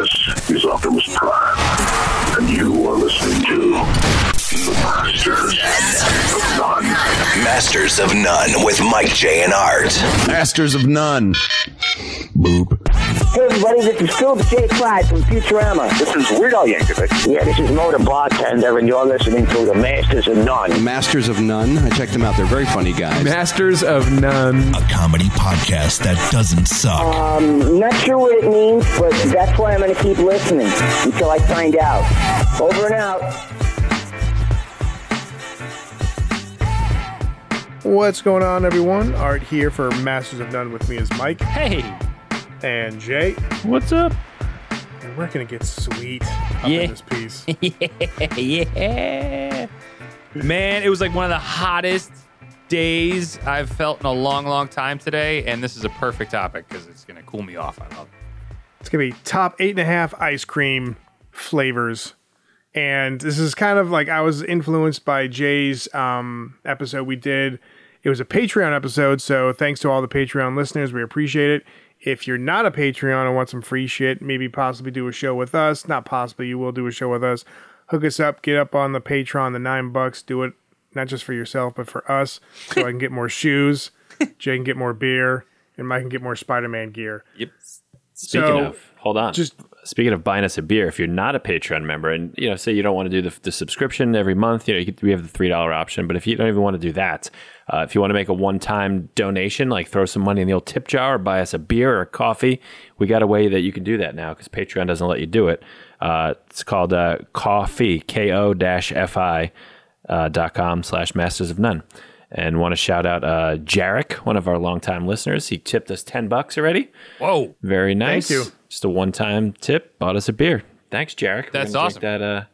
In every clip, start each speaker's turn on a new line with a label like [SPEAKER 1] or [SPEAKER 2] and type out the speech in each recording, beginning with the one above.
[SPEAKER 1] This is Optimus Prime, and you are listening to The Masters of None.
[SPEAKER 2] Masters of None with Mike J and Art.
[SPEAKER 3] Masters of None.
[SPEAKER 4] Hey everybody, this is Scuba J. Clyde from Futurama. This is Weird Al Yankovic. Yeah, this is Mo the bartender, and you're listening to the Masters of None.
[SPEAKER 5] Masters of None. I checked them out. They're very funny guys.
[SPEAKER 6] Masters of None.
[SPEAKER 2] A comedy podcast that doesn't suck.
[SPEAKER 4] Um, not sure what it means, but that's why I'm going to keep listening until I find out. Over and out.
[SPEAKER 7] What's going on, everyone? Art here for Masters of None. With me is Mike
[SPEAKER 8] Hey,
[SPEAKER 7] and Jay,
[SPEAKER 8] what's up?
[SPEAKER 7] and we're gonna get sweet up
[SPEAKER 8] Yeah.
[SPEAKER 7] in this piece.
[SPEAKER 8] yeah. Man, it was like one of the hottest days I've felt in a long, long time today, and this is a perfect topic because it's gonna cool me off. I love
[SPEAKER 7] It's gonna be top eight and a half ice cream flavors, and this is kind of like I was influenced by Jay's um, episode we did. It was a Patreon episode, so thanks to all the Patreon listeners, we appreciate it. If you're not a Patreon and want some free shit, maybe possibly do a show with us. Not possibly, you will do a show with us. Hook us up, get up on the Patreon, the nine bucks. Do it not just for yourself, but for us, so I can get more shoes, Jay can get more beer, and Mike can get more Spider-Man gear.
[SPEAKER 9] Yep. Speaking
[SPEAKER 7] So,
[SPEAKER 9] of, hold on.
[SPEAKER 7] just-
[SPEAKER 9] Just speaking of buying us a beer, if you're not a Patreon member, and you know, say you don't want to do the, the subscription every month, you know, you could, we have the three dollar option. But if you don't even want to do that, uh, if you want to make a one time donation, like throw some money in the old tip jar, or buy us a beer or a coffee, we got a way that you can do that now because Patreon doesn't let you do it. Uh, it's called uh, Coffee K O Fi uh, dot com slash masters of none. And want to shout out uh, Jarek, one of our longtime listeners. He tipped us ten bucks already.
[SPEAKER 8] it. Whoa,
[SPEAKER 9] Very nice.
[SPEAKER 7] you.
[SPEAKER 9] Just a one-time tip. Bought us a beer. Thanks, Jarek. We're
[SPEAKER 8] That's
[SPEAKER 9] gonna
[SPEAKER 8] awesome.
[SPEAKER 9] Drink that, uh,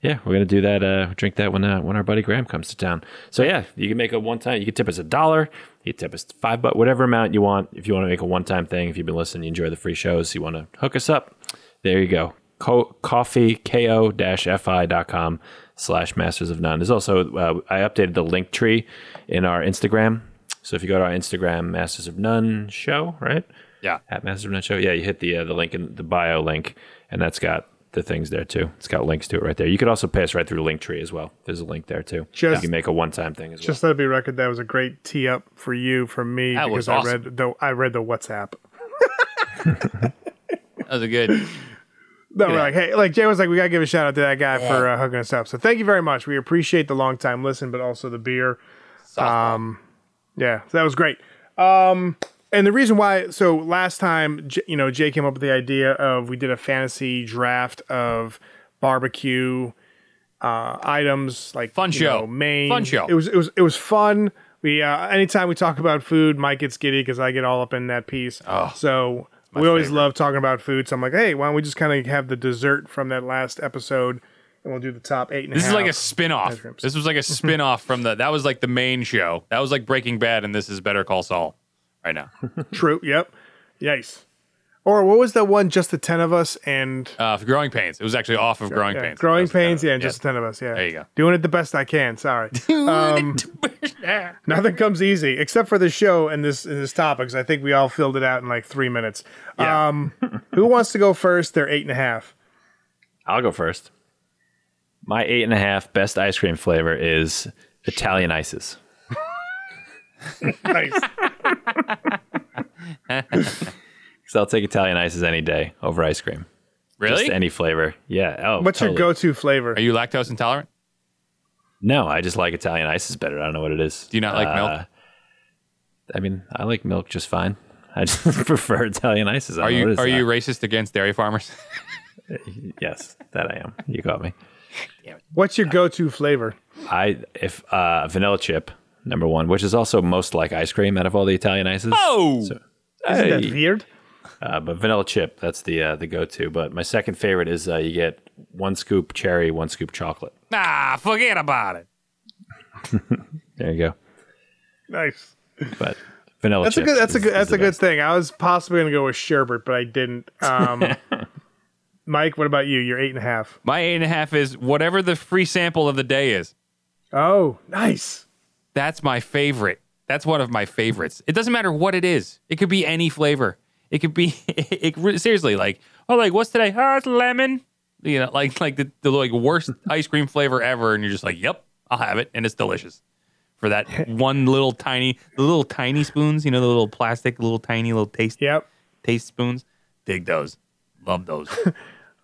[SPEAKER 9] yeah, we're gonna do that. Uh, drink that when uh, when our buddy Graham comes to town. So yeah, you can make a one-time. You can tip us a dollar. You can tip us five, but whatever amount you want. If you want to make a one-time thing, if you've been listening, you enjoy the free shows, you want to hook us up. There you go. Co- coffee ko fi.com slash masters of none. There's also uh, I updated the link tree in our Instagram. So if you go to our Instagram, Masters of None show, right?
[SPEAKER 8] yeah,
[SPEAKER 9] at Masters of None Show. Yeah, you hit the uh, the link in the bio link, and that's got the things there too. It's got links to it right there. You could also pay us right through Linktree as well. There's a link there too.
[SPEAKER 7] Just-
[SPEAKER 9] you can make a one time thing as
[SPEAKER 7] Just let it be record. That was a great tee up for you, for me,
[SPEAKER 8] That
[SPEAKER 7] because
[SPEAKER 8] was
[SPEAKER 7] I
[SPEAKER 8] awesome.
[SPEAKER 7] read the I read the WhatsApp.
[SPEAKER 8] that was a good.
[SPEAKER 7] No, we're like, hey, like Jay was like, we gotta give a shout out to that guy for uh, hooking us up. So thank you very much. We appreciate the long time listen, but also the beer. Um, yeah, so that was great. Um, and the reason why, so last time, J- you know, Jay came up with the idea of we did a fantasy draft of barbecue uh, items like
[SPEAKER 8] Fun
[SPEAKER 7] you
[SPEAKER 8] show.
[SPEAKER 7] know, Maine.
[SPEAKER 8] Fun show.
[SPEAKER 7] It was it was it was fun. We uh, anytime we talk about food, Mike gets giddy because I get all up in that piece.
[SPEAKER 8] Oh,
[SPEAKER 7] so we always love talking about food. So I'm like, hey, why don't we just kind of have the dessert from that last episode, and we'll do the top eight and
[SPEAKER 8] This is like a
[SPEAKER 7] half.
[SPEAKER 8] spin-off.
[SPEAKER 7] Bedrooms.
[SPEAKER 8] This was like a spin-off from the. That was like the main show. That was like Breaking Bad, and this is Better Call Saul. Right now,
[SPEAKER 7] true. Yep. Yes. Or what was that one? Just the ten of us and
[SPEAKER 8] uh, Growing Pains. It was actually off of Growing
[SPEAKER 7] yeah,
[SPEAKER 8] Pains. That
[SPEAKER 7] growing
[SPEAKER 8] was the
[SPEAKER 7] pains.
[SPEAKER 8] title.
[SPEAKER 7] Yeah, just the ten of us. Yeah.
[SPEAKER 8] There you go.
[SPEAKER 7] Doing it the best I can. Sorry. Um, nothing comes easy except for this show and this and this topic. 'cause I think we all filled it out in like three minutes.
[SPEAKER 8] Yeah.
[SPEAKER 7] Um, who wants to go first? They're eight and a half.
[SPEAKER 9] well. I'll go first. My eight and a half best ice cream flavor is Italian ices.
[SPEAKER 7] Nice.
[SPEAKER 9] Because I'll take Italian ices any day over ice cream.
[SPEAKER 8] really?
[SPEAKER 9] Just any flavor. Yeah. Oh,
[SPEAKER 7] What's
[SPEAKER 9] totally.
[SPEAKER 7] your go-to flavor?
[SPEAKER 8] Are you lactose intolerant?
[SPEAKER 9] No, I just like Italian ices better. I don't know what it is.
[SPEAKER 8] Do you not like milk?
[SPEAKER 9] Uh, I mean, I like milk just fine. I just prefer Italian ices. I
[SPEAKER 8] Are
[SPEAKER 9] don't know what
[SPEAKER 8] you
[SPEAKER 9] it is.
[SPEAKER 8] are
[SPEAKER 9] I-
[SPEAKER 8] you racist against dairy farmers?
[SPEAKER 9] Yes, that I am. You got me.
[SPEAKER 7] What's your go-to flavor?
[SPEAKER 9] I if uh, vanilla chip number one, which is also most like ice cream out of all the Italian ices.
[SPEAKER 8] Oh,
[SPEAKER 7] Isn't that
[SPEAKER 9] Hey.
[SPEAKER 7] weird?
[SPEAKER 9] Uh, but vanilla chip, that's the uh, the go to. But my second favorite is uh, you get one scoop cherry, one scoop chocolate.
[SPEAKER 8] nah, forget about it.
[SPEAKER 9] There you go.
[SPEAKER 7] Nice.
[SPEAKER 9] But vanilla.
[SPEAKER 7] That's a
[SPEAKER 9] chip
[SPEAKER 7] good. That's a
[SPEAKER 9] is-
[SPEAKER 7] good.
[SPEAKER 9] is
[SPEAKER 7] That's
[SPEAKER 9] the
[SPEAKER 7] a good
[SPEAKER 9] best.
[SPEAKER 7] thing. I was possibly gonna go with sherbet, but I didn't. Um, Mike, what about you? You're eight and a half.
[SPEAKER 8] My eight and a half is whatever the free sample of the day is.
[SPEAKER 7] Oh, nice.
[SPEAKER 8] That's my favorite. That's one of my favorites. It doesn't matter what it is. It could be any flavor. It could be. It, re- seriously like oh, like what's today? Oh, it's lemon. You know, like like the, the like worst ice cream flavor ever, and you're just like, yep, I'll have it, and it's delicious. For that one little tiny, the little tiny spoons, you know, the little plastic, little tiny, little taste
[SPEAKER 7] Yep.
[SPEAKER 8] taste spoons. Dig those, love those.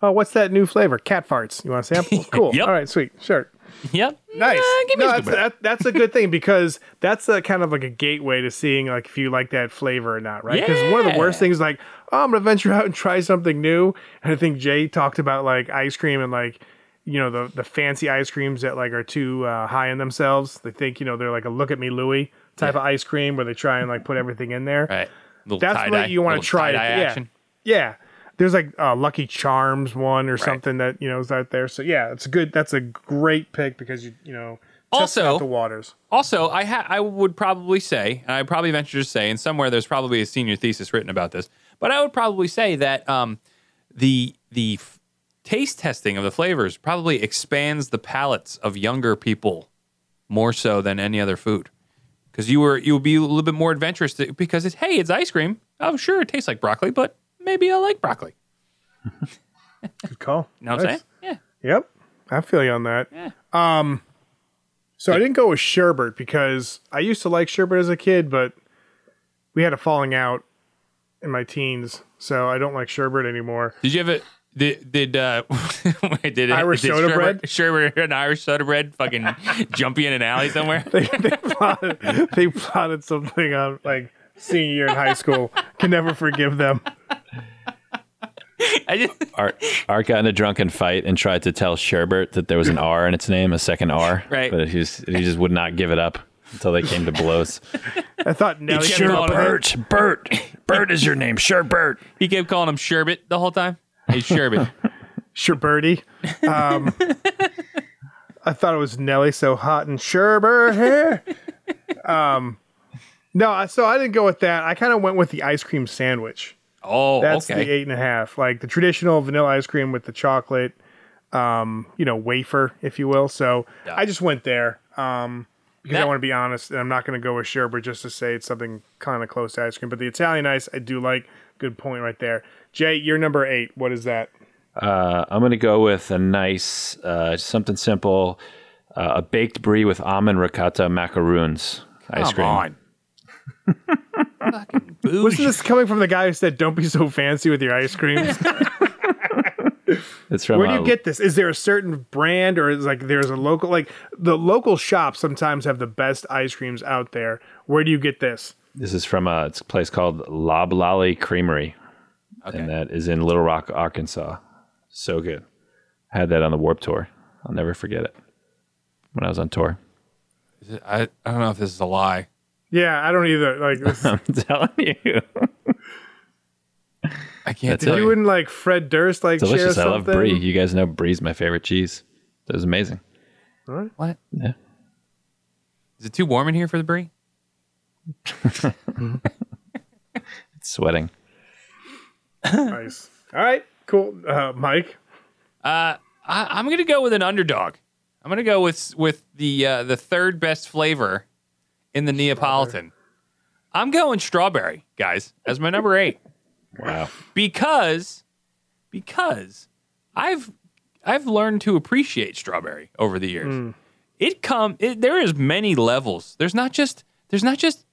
[SPEAKER 7] Oh, what's that new flavor? Cat farts. You want a sample? Cool.
[SPEAKER 8] Yep.
[SPEAKER 7] All right, sweet. Sure.
[SPEAKER 8] yep,
[SPEAKER 7] Nice.
[SPEAKER 8] Uh, give me
[SPEAKER 7] no,
[SPEAKER 8] a
[SPEAKER 7] that's,
[SPEAKER 8] scoop.
[SPEAKER 7] that, that's a good thing because that's a kind of like a gateway to seeing like if you like that flavor or not, right? Because one of the worst
[SPEAKER 8] Yeah.
[SPEAKER 7] things is like, oh, I'm gonna venture out and try something new. And I think Jay talked about like ice cream and like you know the the fancy ice creams that like are too uh, high in themselves. They think you know they're like a look at me Louie type of ice cream where they try and like put everything in there.
[SPEAKER 8] All right. Little
[SPEAKER 7] That's
[SPEAKER 8] tie-dye,
[SPEAKER 7] what you want
[SPEAKER 8] little
[SPEAKER 7] to try.
[SPEAKER 8] tie-dye
[SPEAKER 7] it. yeah.
[SPEAKER 8] action.
[SPEAKER 7] Yeah. There's like uh, Lucky Charms one or something that you know is out there. So yeah, it's a good. That's a great pick because you you know testing
[SPEAKER 8] Also-
[SPEAKER 7] out the waters.
[SPEAKER 8] Also, I ha- I would probably say, and I probably venture to say, and somewhere there's probably a senior thesis written about this, but I would probably say that um, the the f- taste testing of the flavors probably expands the palates of younger people more so than any other food, because you were you would be a little bit more adventurous to, because it's hey, it's ice cream. Oh, sure, it tastes like broccoli, but maybe I like broccoli.
[SPEAKER 7] Good call.
[SPEAKER 8] You know what I'm
[SPEAKER 7] Nice.
[SPEAKER 8] saying? Yeah.
[SPEAKER 7] Yep, I feel you on that.
[SPEAKER 8] Yeah.
[SPEAKER 7] Um, so I didn't go with sherbet because I used to like sherbet as a kid, but we had a falling out in my teens, so I don't like sherbet anymore.
[SPEAKER 8] Did you ever did did uh wait, did
[SPEAKER 7] Irish
[SPEAKER 8] did
[SPEAKER 7] soda
[SPEAKER 8] Sherbert-
[SPEAKER 7] bread?
[SPEAKER 8] Sherbert and Irish soda bread fucking jump you in an alley somewhere?
[SPEAKER 7] they plotted something on like senior year in high school. Can never forgive them.
[SPEAKER 8] I just
[SPEAKER 9] Art, Art got in a drunken fight and tried to tell Sherbert that there was an R in its name, a second R.
[SPEAKER 8] Right.
[SPEAKER 9] But he just, he just would not give it up until they came to blows.
[SPEAKER 7] I thought now
[SPEAKER 8] It's Sherbert.
[SPEAKER 9] Bert. Bert is your name. Sherbert.
[SPEAKER 8] he kept calling him sherbet the whole time. Hey sherbet.
[SPEAKER 7] Sherberty. Um, I thought it was Nelly so hot and Sherbert here. Um, no, I- so I didn't go with that. I kind of went with the ice cream sandwich.
[SPEAKER 8] Oh,
[SPEAKER 7] That's the
[SPEAKER 8] okay.
[SPEAKER 7] eight and a half, like the traditional vanilla ice cream with the chocolate, um, you know, wafer, if you will. So I just went there um, because I
[SPEAKER 8] That-
[SPEAKER 7] want to be honest, and I'm not going to go with sherbet just to say it's something kind of close to ice cream. But the Italian ice, I do like. Good point right there, Jay. You're number eight. What is that?
[SPEAKER 9] Uh, I'm going to go with a nice, uh, something simple, uh, a baked brie with almond ricotta macaroons ice
[SPEAKER 8] Come
[SPEAKER 9] cream.
[SPEAKER 8] on. Fucking bougie.
[SPEAKER 7] Isn't this coming from the guy who said, "Don't be so fancy with your ice cream"?
[SPEAKER 9] It's from
[SPEAKER 7] Where do
[SPEAKER 9] uh,
[SPEAKER 7] you get this? Is there a certain brand, or is like there's a local like the local shops sometimes have the best ice creams out there? Where do you get this?
[SPEAKER 9] This is from a, it's a place called Loblolly Creamery, and that is in Little Rock, Arkansas. So good. had that on the Warp Tour. I'll never forget it. When I was on tour,
[SPEAKER 8] I, I don't know if this is a lie.
[SPEAKER 7] Yeah, I don't either. Like this,
[SPEAKER 9] I'm telling you,
[SPEAKER 8] I can't
[SPEAKER 9] That's
[SPEAKER 8] tell
[SPEAKER 9] it.
[SPEAKER 7] you
[SPEAKER 8] you.
[SPEAKER 7] wouldn't like Fred Durst like
[SPEAKER 9] delicious.
[SPEAKER 7] share
[SPEAKER 9] I love
[SPEAKER 7] something.
[SPEAKER 9] brie. You guys know brie's my favorite cheese. That was amazing.
[SPEAKER 8] What?
[SPEAKER 9] Yeah.
[SPEAKER 8] Is it too warm in here for the brie?
[SPEAKER 9] It's sweating.
[SPEAKER 7] Nice. All right, cool. Uh, Mike,
[SPEAKER 8] I, I'm gonna go with an underdog. I'm gonna go with with the uh, the third best flavor in the Neapolitan. I'm going strawberry, guys, as my number eight
[SPEAKER 9] Wow.
[SPEAKER 8] because because I've I've learned to appreciate strawberry over the years. It come it, there is many levels. There's not just there's not just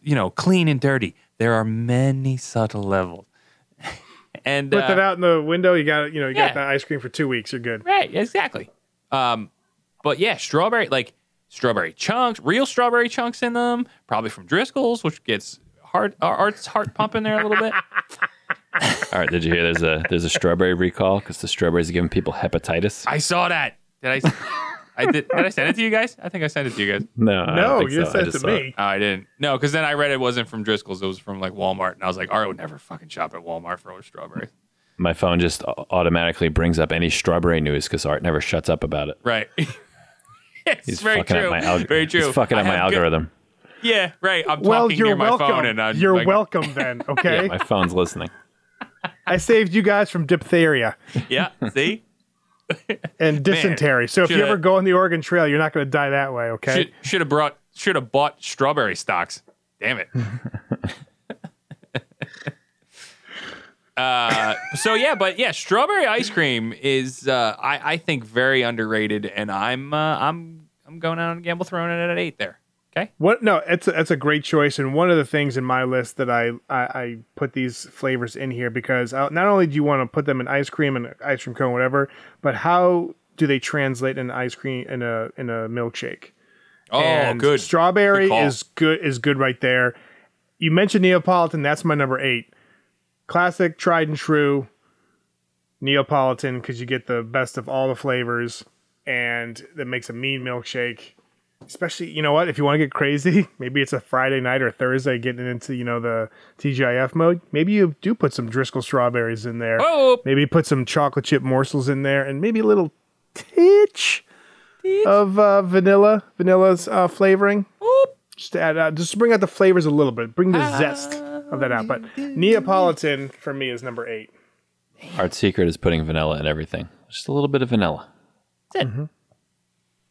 [SPEAKER 8] you know clean and dirty. There are many subtle levels. and
[SPEAKER 7] put
[SPEAKER 8] uh,
[SPEAKER 7] that out in the window. You got you know you
[SPEAKER 8] yeah.
[SPEAKER 7] got that ice cream for two weeks. You're good.
[SPEAKER 8] Right, exactly. Um, but yeah, strawberry like strawberry chunks, real strawberry chunks in them, probably from Driscoll's, which gets heart uh, Art's heart pumping there a little bit.
[SPEAKER 9] All right. Did you hear? There's a there's a strawberry recall because the strawberries are giving people hepatitis.
[SPEAKER 8] I saw that. Did I? I did. Did I send it to you guys? I think I sent it to you guys.
[SPEAKER 9] No, I don't
[SPEAKER 7] No,
[SPEAKER 9] think
[SPEAKER 7] you
[SPEAKER 9] so. I
[SPEAKER 7] said
[SPEAKER 9] just
[SPEAKER 7] to
[SPEAKER 9] saw it.
[SPEAKER 7] me.
[SPEAKER 8] Oh, I didn't. No, because then I read it wasn't from Driscoll's. It was from like Walmart, and I was like, Art would never fucking shop at Walmart for strawberries.
[SPEAKER 9] My phone just au- automatically brings up any strawberry news because Art never shuts up about it.
[SPEAKER 8] Right. it's
[SPEAKER 9] He's
[SPEAKER 8] very
[SPEAKER 9] fucking
[SPEAKER 8] true.
[SPEAKER 9] up my algorithm.
[SPEAKER 8] very true.
[SPEAKER 9] He's fucking
[SPEAKER 8] I
[SPEAKER 9] up my
[SPEAKER 8] have good-
[SPEAKER 9] algorithm.
[SPEAKER 8] yeah, right. I'm
[SPEAKER 7] Well,
[SPEAKER 8] talking
[SPEAKER 7] you're
[SPEAKER 8] near my
[SPEAKER 7] welcome.
[SPEAKER 8] phone, and I'm
[SPEAKER 7] you're
[SPEAKER 8] like,
[SPEAKER 7] welcome then. Okay,
[SPEAKER 9] My phone's listening.
[SPEAKER 7] I saved you guys from diphtheria.
[SPEAKER 8] Yeah. See.
[SPEAKER 7] and dysentery. so if you
[SPEAKER 8] shoulda-
[SPEAKER 7] ever go on the Oregon Trail, you're not going to die that way. Okay.
[SPEAKER 8] Should should have brought should have bought strawberry stocks. Damn it. Uh, so yeah, but yeah, strawberry ice cream is uh, I, I think very underrated, and I'm uh, I'm I'm going out on a gamble throwing it at eight there. Okay,
[SPEAKER 7] What? No, it's a, it's a great choice, and one of the things in my list that I I, I put these flavors in here because I, not only do you want to put them in ice cream and ice cream cone, whatever, but how do they translate in ice cream in a in a milkshake?
[SPEAKER 8] oh
[SPEAKER 7] And
[SPEAKER 8] good
[SPEAKER 7] Strawberry
[SPEAKER 8] Good call.
[SPEAKER 7] is good is good right there. You mentioned Neapolitan. That's my number eight. Classic, tried and true Neapolitan because you get the best of all the flavors, and that makes a mean milkshake. Especially, you know what? If you want to get crazy, maybe it's a Friday night or Thursday, getting into you know the TGIF mode. Maybe you do put some Driscoll strawberries in there.
[SPEAKER 8] Oh.
[SPEAKER 7] Maybe put some chocolate chip morsels in there, and maybe a little titch of uh, vanilla, vanilla's uh, flavoring. Just to add, uh, just to bring out the flavors a little bit, bring the
[SPEAKER 8] Ah.
[SPEAKER 7] zest of that out. But Neapolitan for me is number eight.
[SPEAKER 9] Art secret is putting vanilla in everything. Just a little bit of vanilla.
[SPEAKER 8] That's it.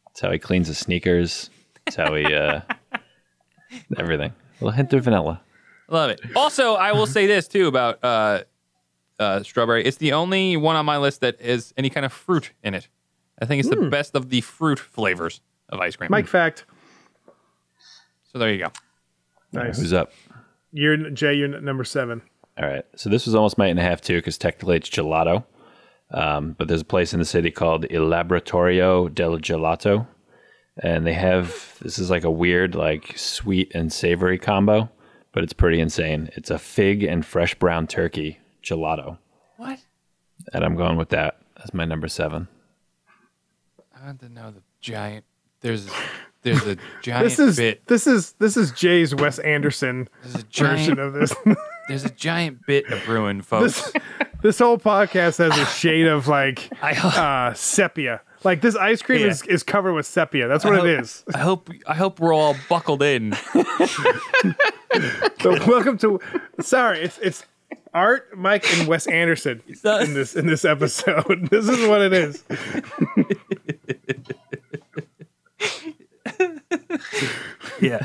[SPEAKER 9] That's how he cleans his sneakers. That's how he uh, everything. A little hint of vanilla.
[SPEAKER 8] Love it. Also, I will say this too about uh, uh, strawberry. It's the only one on my list that is any kind of fruit in it. I think it's
[SPEAKER 7] Hmm.
[SPEAKER 8] the best of the fruit flavors of ice cream.
[SPEAKER 7] Mike fact.
[SPEAKER 8] So there you go.
[SPEAKER 7] Nice.
[SPEAKER 9] Who's up?
[SPEAKER 7] You're n- Jay. You're n- number seven.
[SPEAKER 9] All right. So this was almost my eight and a half too, because technically it's gelato. Um, but there's a place in the city called Il Laboratorio del Gelato, and they have this is like a weird like sweet and savory combo, but it's pretty insane. It's a fig and fresh brown turkey gelato,
[SPEAKER 8] What?
[SPEAKER 9] and I'm going with that as my number seven.
[SPEAKER 8] I want to know the giant. There's there's a giant
[SPEAKER 7] This is
[SPEAKER 8] bit.
[SPEAKER 7] this is this is Jay's Wes Anderson
[SPEAKER 8] There's a
[SPEAKER 7] version
[SPEAKER 8] giant.
[SPEAKER 7] of this.
[SPEAKER 8] there's a giant bit of brewing, folks.
[SPEAKER 7] this this whole podcast has a shade of like
[SPEAKER 8] I,
[SPEAKER 7] uh, sepia. Like this ice cream
[SPEAKER 8] Yeah.
[SPEAKER 7] is, is covered with sepia. That's what it is.
[SPEAKER 8] I hope I hope we're all buckled in.
[SPEAKER 7] So welcome to. Sorry, it's it's Art, Mike, and Wes Anderson
[SPEAKER 8] not-
[SPEAKER 7] in this in this episode. This is what it is.
[SPEAKER 8] Yeah.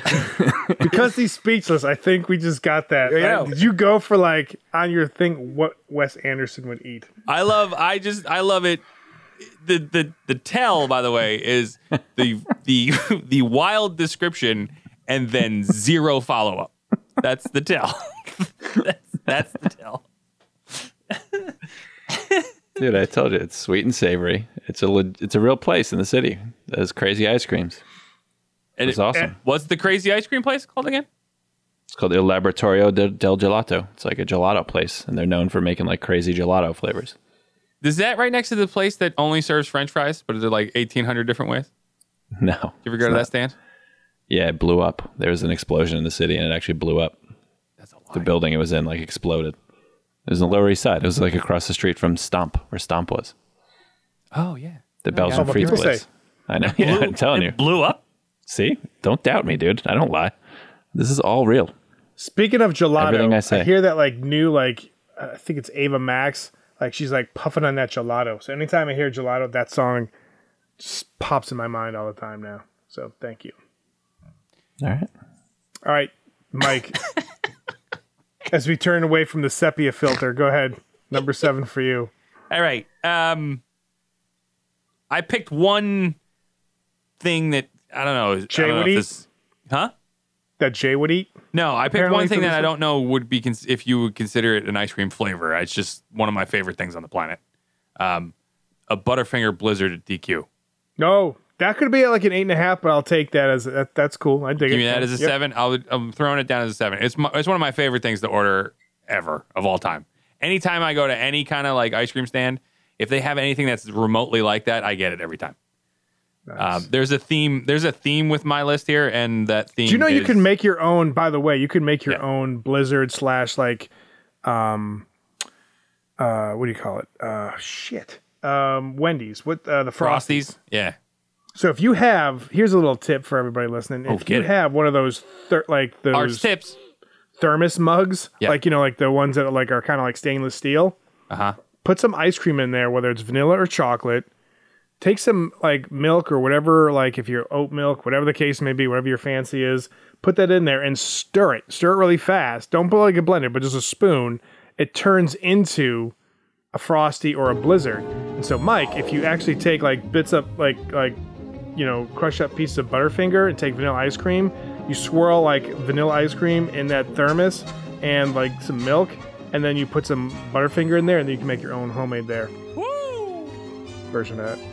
[SPEAKER 7] Because he's speechless, I think we just got that.
[SPEAKER 8] Yeah.
[SPEAKER 7] Uh, did you go for like on your thing what Wes Anderson would eat?
[SPEAKER 8] I love. I just. I love it. The the the tell, by the way, is the the the wild description and then zero follow up. That's the tell. that's, that's the tell.
[SPEAKER 9] Dude, I told you it's sweet and savory. It's a le- it's a real place in the city. There's crazy ice creams.
[SPEAKER 8] And
[SPEAKER 9] It's awesome.
[SPEAKER 8] What's the crazy ice cream place called again?
[SPEAKER 9] It's called Il Laboratorio de- del Gelato. It's like a gelato place, and they're known for making like crazy gelato flavors.
[SPEAKER 8] Is that right next to the place that only serves French fries, but they're like eighteen hundred different ways?
[SPEAKER 9] No,
[SPEAKER 8] You ever go to that stand?
[SPEAKER 9] yeah, it blew up. There was an explosion in the city, and it actually blew up.
[SPEAKER 8] That's a lie.
[SPEAKER 9] The building it was in like exploded. It was in the Lower East Side. It was like across the street from Stomp, where Stomp was.
[SPEAKER 8] oh yeah.
[SPEAKER 9] The Belgian
[SPEAKER 7] what
[SPEAKER 9] Freeze
[SPEAKER 7] people
[SPEAKER 9] place.
[SPEAKER 7] say.
[SPEAKER 9] I know. Yeah, I'm telling you.
[SPEAKER 8] Blew up.
[SPEAKER 9] See, don't doubt me, dude. I don't lie. This is all real.
[SPEAKER 7] Speaking of gelato,
[SPEAKER 9] Everything I
[SPEAKER 7] I,
[SPEAKER 9] say.
[SPEAKER 7] hear that like new like uh, I think it's Ava Max. Like she's like puffing on that gelato. So anytime I hear gelato, that song just pops in my mind all the time now. So thank you.
[SPEAKER 9] All right.
[SPEAKER 7] All right, Mike. as we turn away from the sepia filter, go ahead. Number seven for you.
[SPEAKER 8] All right. Um, I picked one thing that I don't know. I
[SPEAKER 7] Jay
[SPEAKER 8] don't know if
[SPEAKER 7] would eat?
[SPEAKER 8] this- Huh?
[SPEAKER 7] That Jay would eat.
[SPEAKER 8] No, I picked
[SPEAKER 7] Apparently
[SPEAKER 8] one
[SPEAKER 7] for
[SPEAKER 8] thing that
[SPEAKER 7] this-
[SPEAKER 8] I don't know would be cons- if you would consider it an ice cream flavor. It's just one of my favorite things on the planet. Um, a Butterfinger Blizzard at DQ.
[SPEAKER 7] No, that could be like an eight and a half, but I'll take that as that, that's cool. I dig
[SPEAKER 8] Give
[SPEAKER 7] it.
[SPEAKER 8] me that as a
[SPEAKER 7] Yep.
[SPEAKER 8] seven. I'll, I'm throwing it down as a seven. It's my, it's one of my favorite things to order ever of all time. Anytime I go to any kind of like ice cream stand, if they have anything that's remotely like that, I get it every time. Um, there's a theme. There's a theme with my list here, and that theme.
[SPEAKER 7] Do you know you
[SPEAKER 8] is-
[SPEAKER 7] can make your own? By the way, you can make your
[SPEAKER 8] Yeah.
[SPEAKER 7] own Blizzard slash like, um, uh, what do you call it? Uh, shit. Um, Wendy's with uh, the Frosties.
[SPEAKER 8] frosties? Yeah,
[SPEAKER 7] So if you have, here's a little tip for everybody listening. If
[SPEAKER 8] Oh, get
[SPEAKER 7] you
[SPEAKER 8] it.
[SPEAKER 7] have one of those, thir- like those
[SPEAKER 8] arch tips.
[SPEAKER 7] thermos mugs,
[SPEAKER 8] Yeah.
[SPEAKER 7] like you know, like the ones that are like are kind of like stainless steel.
[SPEAKER 8] Uh huh.
[SPEAKER 7] Put some ice cream in there, whether it's vanilla or chocolate. Take some like milk or whatever, like if you're oat milk, whatever the case may be, whatever your fancy is. Put that in there and stir it. Stir it really fast. Don't put like a blender, but just a spoon, it turns into a frosty or a blizzard. And so, Mike, if you actually take like bits up, like like you know, crush up pieces of Butterfinger and take vanilla ice cream, you swirl like vanilla ice cream in that thermos and like some milk, and then you put some Butterfinger in there, and then you can make your own homemade there version of that.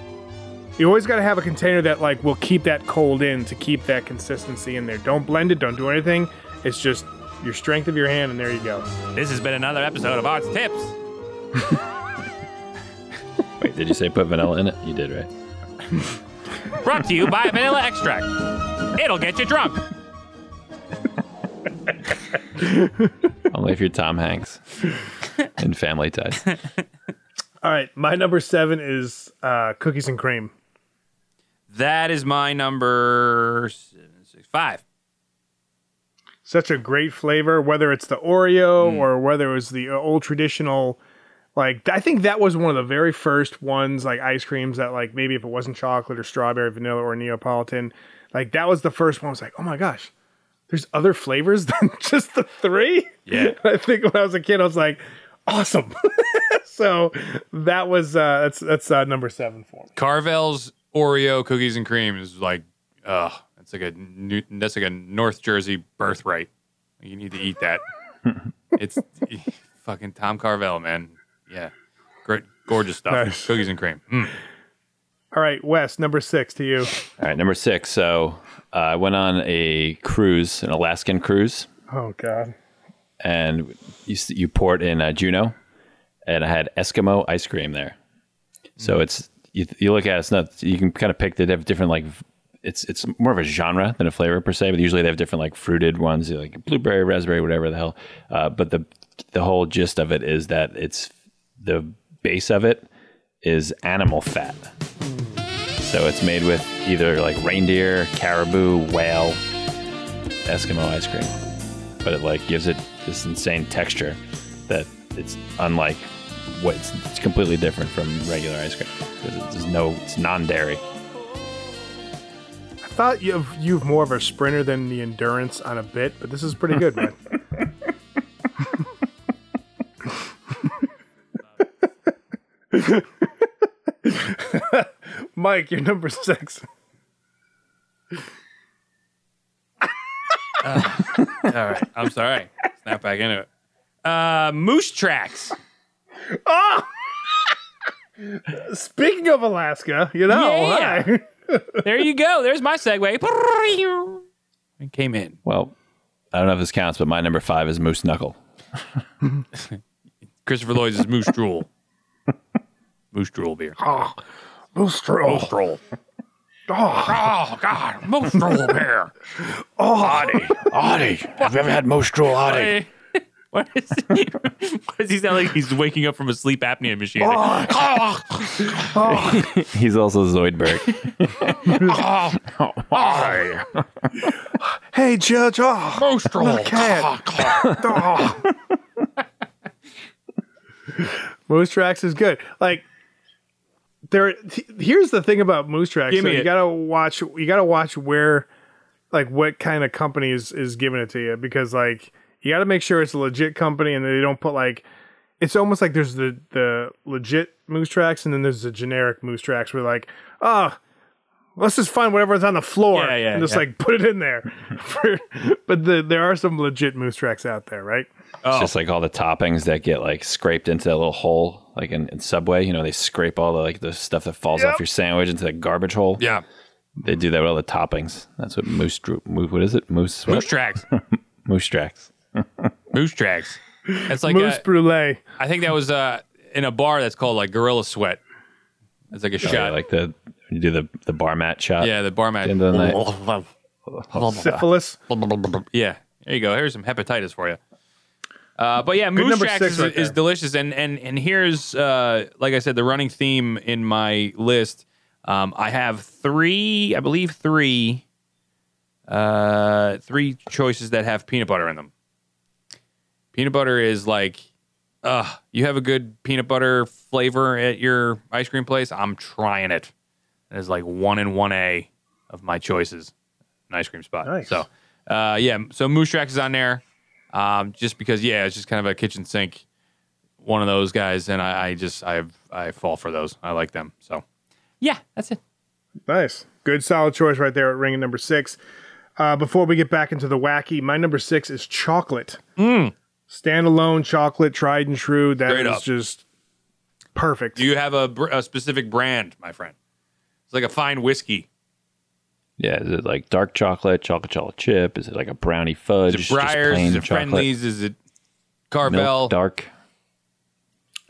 [SPEAKER 7] You always got to have a container that like will keep that cold in to keep that consistency in there. Don't blend it. Don't do anything. It's just your strength of your hand, and there you go.
[SPEAKER 8] This has been another episode of Arts Tips.
[SPEAKER 9] Wait, did you say put vanilla in it? You did, right?
[SPEAKER 8] Brought to you by Vanilla Extract. It'll get you drunk.
[SPEAKER 9] Only if you're Tom Hanks and Family Ties.
[SPEAKER 7] All right, my number seven is uh, cookies and cream.
[SPEAKER 8] That is my number seven, six, five.
[SPEAKER 7] Such a great flavor, whether it's the Oreo or whether it was the uh, old traditional. Like I think that was one of the very first ones, like ice creams that, like maybe if it wasn't chocolate or strawberry, vanilla or Neapolitan, like that was the first one. I was like, oh my gosh, there's other flavors than just the three.
[SPEAKER 8] Yeah.
[SPEAKER 7] I think when I was a kid, I was like, awesome. so that was uh, that's that's uh, number seven for me.
[SPEAKER 8] Carvel's Oreo cookies and cream is like, ugh, that's like a new, that's like a North Jersey birthright. You need to eat that. it's fucking Tom Carvel, man. Yeah, great, gorgeous stuff.
[SPEAKER 7] Nice.
[SPEAKER 8] Cookies and cream. Mm.
[SPEAKER 7] All right, Wes, number six to you.
[SPEAKER 9] All right, number six. So uh, I went on a cruise, an Alaskan cruise,
[SPEAKER 7] Oh God.
[SPEAKER 9] and you, s- you port in uh, Juneau, and I had Eskimo ice cream there. So it's you, you look at it, it's not you can kind of pick they have different like v- it's it's more of a genre than a flavor per se, but usually they have different like fruited ones like blueberry, raspberry, whatever the hell. Uh, but the the whole gist of it is that it's the base of it is animal fat. So it's made with either like reindeer, caribou, whale, Eskimo ice cream but it like gives it this insane texture that it's unlike what it's, it's completely different from regular ice cream. 'Cause it's- There's no, it's non-dairy.
[SPEAKER 7] I thought you've you've more of a sprinter than the endurance on a bit, but this is pretty good, man. Mike, you're number six.
[SPEAKER 8] All right, I'm sorry. Snap back into it. Uh, moose tracks.
[SPEAKER 7] Speaking of Alaska, you know,
[SPEAKER 8] Yeah.
[SPEAKER 7] hi.
[SPEAKER 8] There you go. There's my segue. It came in.
[SPEAKER 9] Well, I don't know if this counts, but my number five is moose knuckle.
[SPEAKER 8] Christopher Lloyd's is moose drool. Moose drool beer.
[SPEAKER 7] Moose troll.
[SPEAKER 8] drool.
[SPEAKER 7] Oh,
[SPEAKER 8] Oh God, moose drool beer.
[SPEAKER 9] Audie, have you ever had moose drool Audie?
[SPEAKER 8] Hey. What is he? What does he sound like? He's waking up from a sleep apnea machine. Like, Oh,
[SPEAKER 9] He's also Zoidberg.
[SPEAKER 7] hey, Judge. Oh,
[SPEAKER 8] moose drool.
[SPEAKER 7] cat. Oh. Moose Tracks is good. Like there he- here's the thing about Moose Tracks.
[SPEAKER 8] Give
[SPEAKER 7] so
[SPEAKER 8] me
[SPEAKER 7] you
[SPEAKER 8] it.
[SPEAKER 7] gotta watch you gotta watch where like what kind of company is, is giving it to you because like you gotta make sure it's a legit company and they don't put like it's almost like there's the the legit moose tracks and then there's the generic moose tracks where like ah let's just find whatever's on the floor
[SPEAKER 8] Yeah, yeah,
[SPEAKER 7] and just
[SPEAKER 8] yeah.
[SPEAKER 7] like put it in there but the, there are some legit moose tracks out there right
[SPEAKER 9] It's just like all the toppings that get like scraped into that little hole, like in, in Subway. You know, they scrape all the like the stuff that falls off your sandwich into that garbage hole.
[SPEAKER 8] Yeah,
[SPEAKER 9] They do that with all the toppings. That's what moose drool. Moose, what is it? Moose.
[SPEAKER 8] moose tracks.
[SPEAKER 9] Moose tracks.
[SPEAKER 8] Moose tracks. That's like
[SPEAKER 7] moose
[SPEAKER 8] uh,
[SPEAKER 7] brulee
[SPEAKER 8] I think that was uh, in a bar that's called like Gorilla Sweat. It's like a
[SPEAKER 9] Oh,
[SPEAKER 8] shot.
[SPEAKER 9] yeah, like the you do the the bar mat shot.
[SPEAKER 8] yeah, the barman.
[SPEAKER 9] End of the
[SPEAKER 8] Uh,
[SPEAKER 7] syphilis
[SPEAKER 8] Yeah, there you go. Here's some hepatitis for you. Uh, but yeah, moose
[SPEAKER 7] number
[SPEAKER 8] tracks
[SPEAKER 7] six
[SPEAKER 8] is,
[SPEAKER 7] right
[SPEAKER 8] is
[SPEAKER 7] there.
[SPEAKER 8] delicious, and and and here's uh, like I said, the running theme in my list. Um, I have three, I believe three, uh, three choices that have peanut butter in them. Peanut butter is like, uh, you have a good peanut butter flavor at your ice cream place. I'm trying it. It's like one and one A of my choices, an ice cream spot.
[SPEAKER 7] Nice.
[SPEAKER 8] So, uh, yeah, so Moose Tracks is on there, um, just because yeah, it's just kind of a kitchen sink one of those guys, and I, I just I I fall for those. I like them. So yeah, that's it.
[SPEAKER 7] Nice. Good solid choice right there at ring at number six. Uh, before we get back into the wacky, my number six is chocolate. Standalone chocolate, tried and true. That is
[SPEAKER 8] Mm. Straight up.
[SPEAKER 7] just perfect.
[SPEAKER 8] Do you have a, br- a specific brand, my friend? It's like a fine whiskey.
[SPEAKER 9] Yeah, is it like dark chocolate, chocolate chocolate chip? Is it like a brownie fudge?
[SPEAKER 8] Is it
[SPEAKER 9] just
[SPEAKER 8] Briars?
[SPEAKER 9] plain
[SPEAKER 8] Is it
[SPEAKER 9] chocolate,
[SPEAKER 8] Friendlies? Is it
[SPEAKER 9] milk,
[SPEAKER 8] Carvel?
[SPEAKER 9] dark?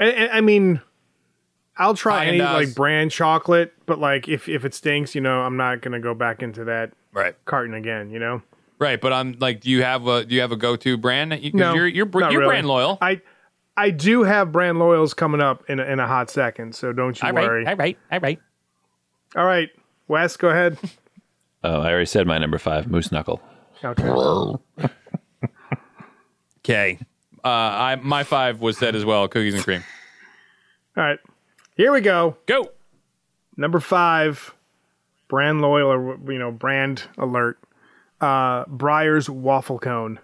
[SPEAKER 7] I, I- I mean, I'll try
[SPEAKER 8] Haagen-Dazs.
[SPEAKER 7] any like brand chocolate, but like if if it stinks, you know, I'm not gonna go back into that
[SPEAKER 8] Right,
[SPEAKER 7] carton again. You know,
[SPEAKER 8] right. But I'm like, do you have a do you have a go to brand? That you, 'cause
[SPEAKER 7] No,
[SPEAKER 8] you're you're, br-
[SPEAKER 7] not
[SPEAKER 8] you're
[SPEAKER 7] really.
[SPEAKER 8] brand loyal.
[SPEAKER 7] I I do have brand loyals coming up in a, in a hot second, so don't you
[SPEAKER 8] all right,
[SPEAKER 7] worry.
[SPEAKER 8] all right, all right.
[SPEAKER 7] All right, Wes, go ahead.
[SPEAKER 9] Oh, I already said my number five, moose knuckle.
[SPEAKER 7] Okay.
[SPEAKER 8] Okay. Uh, I my five was said as well. Cookies and cream.
[SPEAKER 7] All right, here we go.
[SPEAKER 8] Go.
[SPEAKER 7] Number five, brand loyal or you know brand alert. Uh, Briar's waffle cone.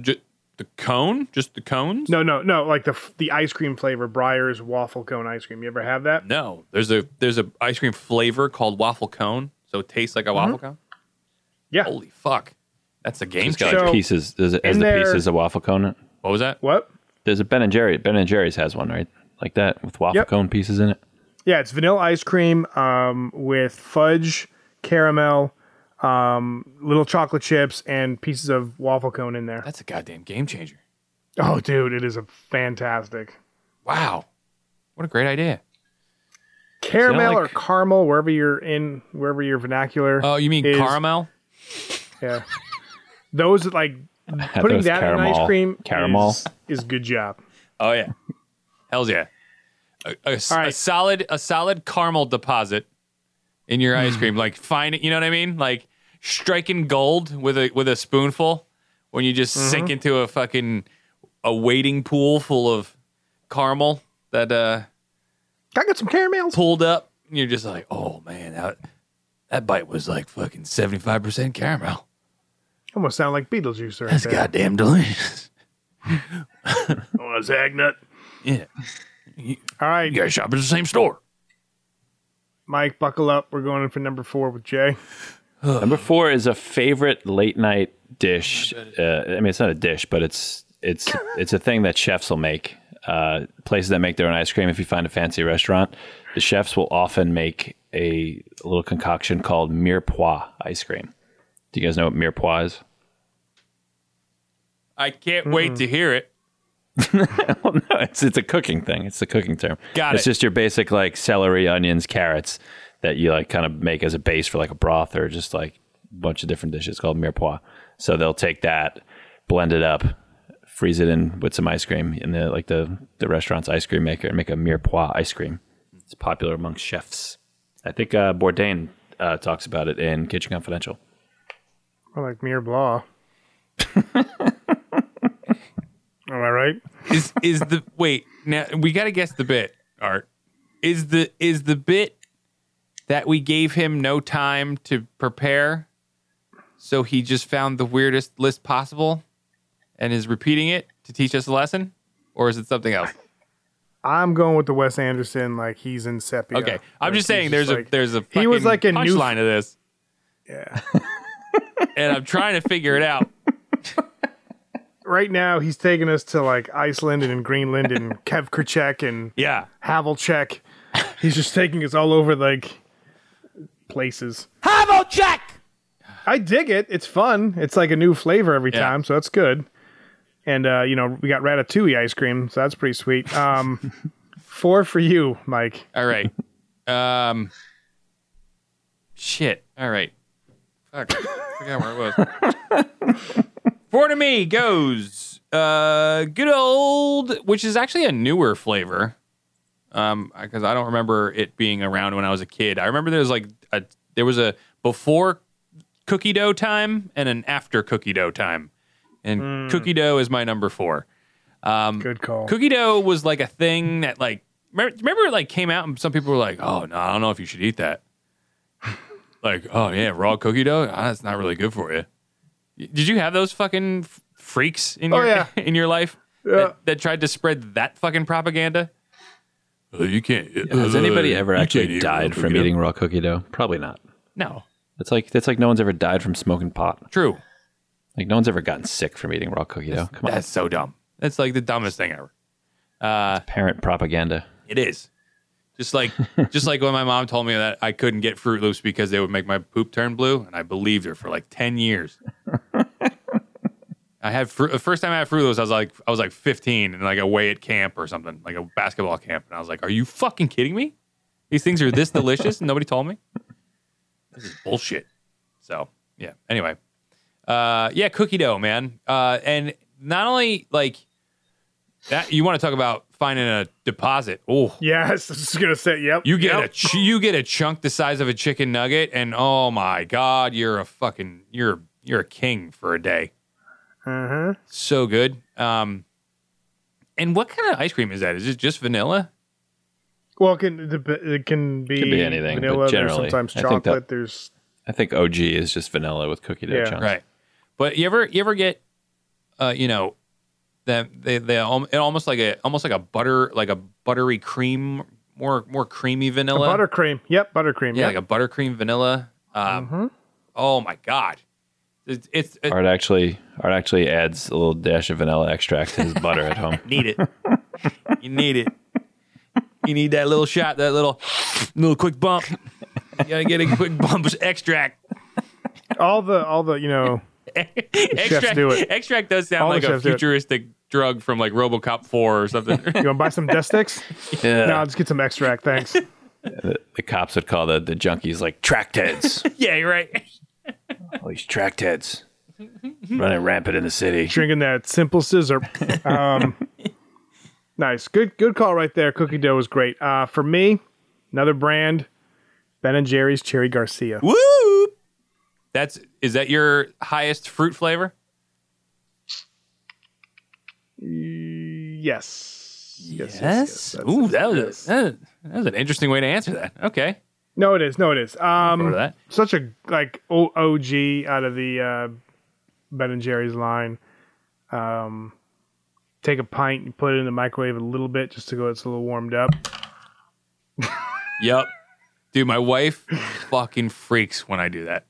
[SPEAKER 8] Ju- the cone? Just the cones?
[SPEAKER 7] No, no, no. Like the f- the ice cream flavor. Briar's waffle cone ice cream. You ever have that?
[SPEAKER 8] No. There's a there's a ice cream flavor called waffle cone, so it tastes like a waffle
[SPEAKER 7] Mm-hmm.
[SPEAKER 8] cone.
[SPEAKER 7] Yeah.
[SPEAKER 8] Holy fuck. That's a game
[SPEAKER 9] It's
[SPEAKER 8] changer.
[SPEAKER 9] got like
[SPEAKER 7] So,
[SPEAKER 9] pieces. Does it has
[SPEAKER 7] Oh, in
[SPEAKER 9] the
[SPEAKER 7] there-
[SPEAKER 9] pieces a waffle cone? in it?
[SPEAKER 8] What was that?
[SPEAKER 7] What?
[SPEAKER 9] There's a Ben and Jerry. Ben and Jerry's has one right like that with waffle
[SPEAKER 7] Yep.
[SPEAKER 9] cone pieces in it.
[SPEAKER 7] Yeah, it's vanilla ice cream um, with fudge, caramel, um, little chocolate chips, and pieces of waffle cone in there.
[SPEAKER 8] That's a goddamn game changer.
[SPEAKER 7] Oh, dude, it is a fantastic
[SPEAKER 8] Wow. What a great idea.
[SPEAKER 7] caramel
[SPEAKER 9] like-
[SPEAKER 7] or caramel, wherever you're in, wherever your vernacular.
[SPEAKER 8] Oh, you mean
[SPEAKER 7] is-
[SPEAKER 8] caramel?
[SPEAKER 7] Yeah, those like
[SPEAKER 9] I thought it
[SPEAKER 7] putting
[SPEAKER 9] was
[SPEAKER 7] that in ice cream
[SPEAKER 9] Caramel.
[SPEAKER 7] is, is good job.
[SPEAKER 8] Oh yeah. Hell's yeah. A, a s-
[SPEAKER 7] All
[SPEAKER 8] a
[SPEAKER 7] right.
[SPEAKER 8] solid a solid caramel deposit in your
[SPEAKER 7] Mm.
[SPEAKER 8] ice cream. Like fine you know what I mean? Like striking gold with a with a spoonful when you just
[SPEAKER 7] Mm-hmm.
[SPEAKER 8] sink into a fucking a wading pool full of caramel that uh
[SPEAKER 7] Can I get some caramels?
[SPEAKER 8] pulled up and you're just like, "Oh man, that that bite was like fucking 75% caramel.
[SPEAKER 7] Almost sound like Beetlejuice right
[SPEAKER 8] That's
[SPEAKER 7] there.
[SPEAKER 8] goddamn delicious."
[SPEAKER 7] Oh, a Zag nut.
[SPEAKER 8] Yeah.
[SPEAKER 7] All right,
[SPEAKER 8] You guys shop at the same store.
[SPEAKER 7] Mike, buckle up. We're going in for number four with Jay.
[SPEAKER 9] Number four is a favorite late night dish. Uh, I mean, it's not a dish, but it's it's it's a thing that chefs will make. Uh, places that make their own ice cream. If you find a fancy restaurant, the chefs will often make a little concoction called mirepoix ice cream. Do you guys know what mirepoix is?
[SPEAKER 8] I can't wait to hear it.
[SPEAKER 9] Well, no, it's it's a cooking thing. It's the cooking term.
[SPEAKER 8] Got
[SPEAKER 9] it's
[SPEAKER 8] it.
[SPEAKER 9] just your basic like celery, onions, carrots that you like kind of make as a base for like a broth or just like a bunch of different dishes called mirepoix. So they'll take that, blend it up, freeze it in with some ice cream in the like the the restaurant's ice cream maker and make a mirepoix ice cream. It's popular amongst chefs. I think uh, Bourdain uh, talks about it in Kitchen Confidential.
[SPEAKER 7] More like Mir Blah. Am I right?
[SPEAKER 8] is is the wait now we got to guess the bit art is the is the bit that we gave him no time to prepare so he just found the weirdest list possible and is repeating it to teach us a lesson or is it something else
[SPEAKER 7] I'm going with the Wes Anderson, like he's in sepia.
[SPEAKER 8] okay i'm
[SPEAKER 7] Like,
[SPEAKER 8] just
[SPEAKER 7] he's
[SPEAKER 8] saying there's a
[SPEAKER 7] like-
[SPEAKER 8] there's a
[SPEAKER 7] he was like a new-
[SPEAKER 8] punchline to this
[SPEAKER 7] Yeah.
[SPEAKER 8] and i'm trying to figure it out
[SPEAKER 7] Right now, he's taking us to like Iceland and Greenland and Kevkerchek and
[SPEAKER 8] yeah
[SPEAKER 7] Havelchek. He's just taking us all over like places. Havelchek! I dig it. It's fun. It's like a new flavor every
[SPEAKER 8] Yeah.
[SPEAKER 7] time, so that's good. And uh, you know, we got ratatouille ice cream, so that's pretty sweet. Um, four for you, Mike.
[SPEAKER 8] all right um shit all right Fuck. forgot where it was. Four to me goes uh, good old, which is actually a newer flavor. Um, because I don't remember it being around when I was a kid. I remember there was like a there was a before cookie dough time and an after cookie dough time, and cookie dough is my number four.
[SPEAKER 9] Um,
[SPEAKER 7] Good call.
[SPEAKER 8] Cookie dough was like a thing that like remember, remember it like came out and some people were like, "Oh no, I don't know if you should eat that." like, "Oh yeah, raw cookie dough, Ah, that's not really good for you." Y- Did you have those fucking f- freaks in
[SPEAKER 7] Oh,
[SPEAKER 8] your
[SPEAKER 7] yeah.
[SPEAKER 8] in your life? that, that tried to spread that fucking propaganda? Uh, you can't.
[SPEAKER 9] Has
[SPEAKER 8] uh,
[SPEAKER 9] anybody ever
[SPEAKER 8] you can't
[SPEAKER 9] actually
[SPEAKER 8] eat raw
[SPEAKER 9] died from
[SPEAKER 8] cookie dough.
[SPEAKER 9] eating raw cookie dough? Probably not.
[SPEAKER 8] e-, No,
[SPEAKER 9] That's like that's like no one's ever died from smoking pot.
[SPEAKER 8] true.
[SPEAKER 9] Like no one's ever gotten sick from eating raw cookie dough. Come on,
[SPEAKER 8] That's so dumb. That's like the dumbest thing ever.
[SPEAKER 9] parent propaganda.
[SPEAKER 8] It is. Just like just like when my mom told me that I couldn't get Fruit Loops because they would make my poop turn blue, and I believed her for like ten years. I had fruit, the first time I had Fruit Loops, I was like I was like fifteen and like away at camp or something, like a basketball camp, and I was like, "Are you fucking kidding me? These things are this delicious, and nobody told me. This is bullshit." So yeah. Anyway, uh, yeah, cookie dough, man, uh, and not only like that, you want to talk about finding a deposit. Oh,
[SPEAKER 7] Yes, I was just gonna say. Yep.
[SPEAKER 8] you get
[SPEAKER 7] yep.
[SPEAKER 8] a ch- you get a chunk the size of a chicken nugget, and oh my god, you're a fucking you're you're a king for a day.
[SPEAKER 7] Uh-huh.
[SPEAKER 8] So good. Um, and what kind of ice cream is that? Is it just vanilla?
[SPEAKER 7] Well, it can it can be,
[SPEAKER 9] Could be anything, but
[SPEAKER 7] vanilla.
[SPEAKER 9] generally,
[SPEAKER 7] there's sometimes
[SPEAKER 9] I think
[SPEAKER 7] chocolate.
[SPEAKER 9] that-
[SPEAKER 7] there's
[SPEAKER 9] I think OG is just vanilla with cookie dough
[SPEAKER 7] Yeah.
[SPEAKER 9] chunks.
[SPEAKER 8] Right. But you ever you ever get, uh, you know, that they they al- it almost like a almost like a butter like a buttery cream more more creamy
[SPEAKER 7] a
[SPEAKER 8] vanilla
[SPEAKER 7] buttercream. Yep, buttercream.
[SPEAKER 8] yeah
[SPEAKER 7] Yeah.
[SPEAKER 8] like a buttercream vanilla. Um, Oh my god, it's, it's uh, it,
[SPEAKER 9] Art actually Art actually adds a little dash of vanilla extract to his butter at home.
[SPEAKER 8] Need it. you need it. You need that little shot, that little little quick bump. You gotta get a quick bump extract.
[SPEAKER 7] All the all the you know.
[SPEAKER 8] extract,
[SPEAKER 7] do it.
[SPEAKER 8] extract does sound
[SPEAKER 7] All the
[SPEAKER 8] like a
[SPEAKER 7] chefs do it.
[SPEAKER 8] futuristic drug from like RoboCop 4 or something.
[SPEAKER 7] You want to buy some death sticks?
[SPEAKER 9] Yeah.
[SPEAKER 7] No, I'll just get some extract. Thanks.
[SPEAKER 9] The cops would call the, the junkies like tract heads.
[SPEAKER 8] yeah, you're right.
[SPEAKER 9] All these tract heads running rampant in the city.
[SPEAKER 7] Drinking that simple scissor. Um, nice. Good good call right there. Cookie dough was great. Uh, for me, another brand, Ben and Jerry's Cherry Garcia.
[SPEAKER 8] Woo! That's is that your highest fruit flavor?
[SPEAKER 7] Yes. Yes. yes, yes, that's
[SPEAKER 8] Ooh,
[SPEAKER 7] it.
[SPEAKER 8] that was
[SPEAKER 7] Yes.
[SPEAKER 8] a, that, that was an interesting way to answer that. Okay,
[SPEAKER 7] No, it is. No, it is.
[SPEAKER 8] for
[SPEAKER 7] Um,
[SPEAKER 8] that.
[SPEAKER 7] such a like O- OG out of the uh, Ben and Jerry's line. Um, take a pint and put it in the microwave a little bit just to go. It's a little warmed up.
[SPEAKER 8] Yep. Dude, my wife fucking freaks when I do that.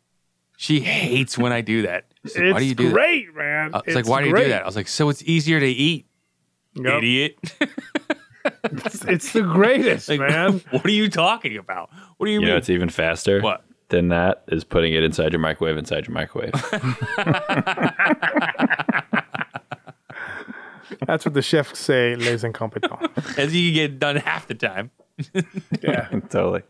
[SPEAKER 8] She hates when I do that. She's like,
[SPEAKER 7] it's
[SPEAKER 8] why do you do that?
[SPEAKER 7] great, man.
[SPEAKER 8] I was like, why do you do that? I was like, so it's easier to eat,
[SPEAKER 7] Yep.
[SPEAKER 8] idiot.
[SPEAKER 7] It's, it's the greatest,
[SPEAKER 8] like,
[SPEAKER 7] man.
[SPEAKER 8] what are you talking about? What do you
[SPEAKER 9] You know
[SPEAKER 8] mean?
[SPEAKER 9] it's even faster
[SPEAKER 8] What?
[SPEAKER 9] than that is putting it inside your microwave inside your microwave.
[SPEAKER 7] That's what the chefs say, les incompetents.
[SPEAKER 8] As you get done half the time.
[SPEAKER 7] Yeah.
[SPEAKER 9] totally.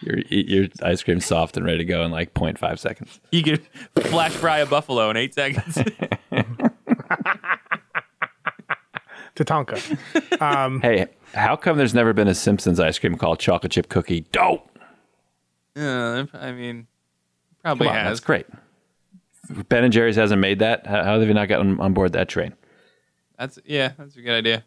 [SPEAKER 9] Your eat your ice cream soft and ready to go in like 0.5 seconds.
[SPEAKER 8] You could flash fry a buffalo in eight seconds.
[SPEAKER 7] Tatanka.
[SPEAKER 9] Hey, how come there's never been a Simpsons ice cream called chocolate chip cookie dough?
[SPEAKER 8] Uh, I mean,
[SPEAKER 9] Come
[SPEAKER 8] probably
[SPEAKER 9] on,
[SPEAKER 8] has.
[SPEAKER 9] that's great. Ben and Jerry's hasn't made that. How how have you not gotten on board that train?
[SPEAKER 8] That's yeah, that's a good idea.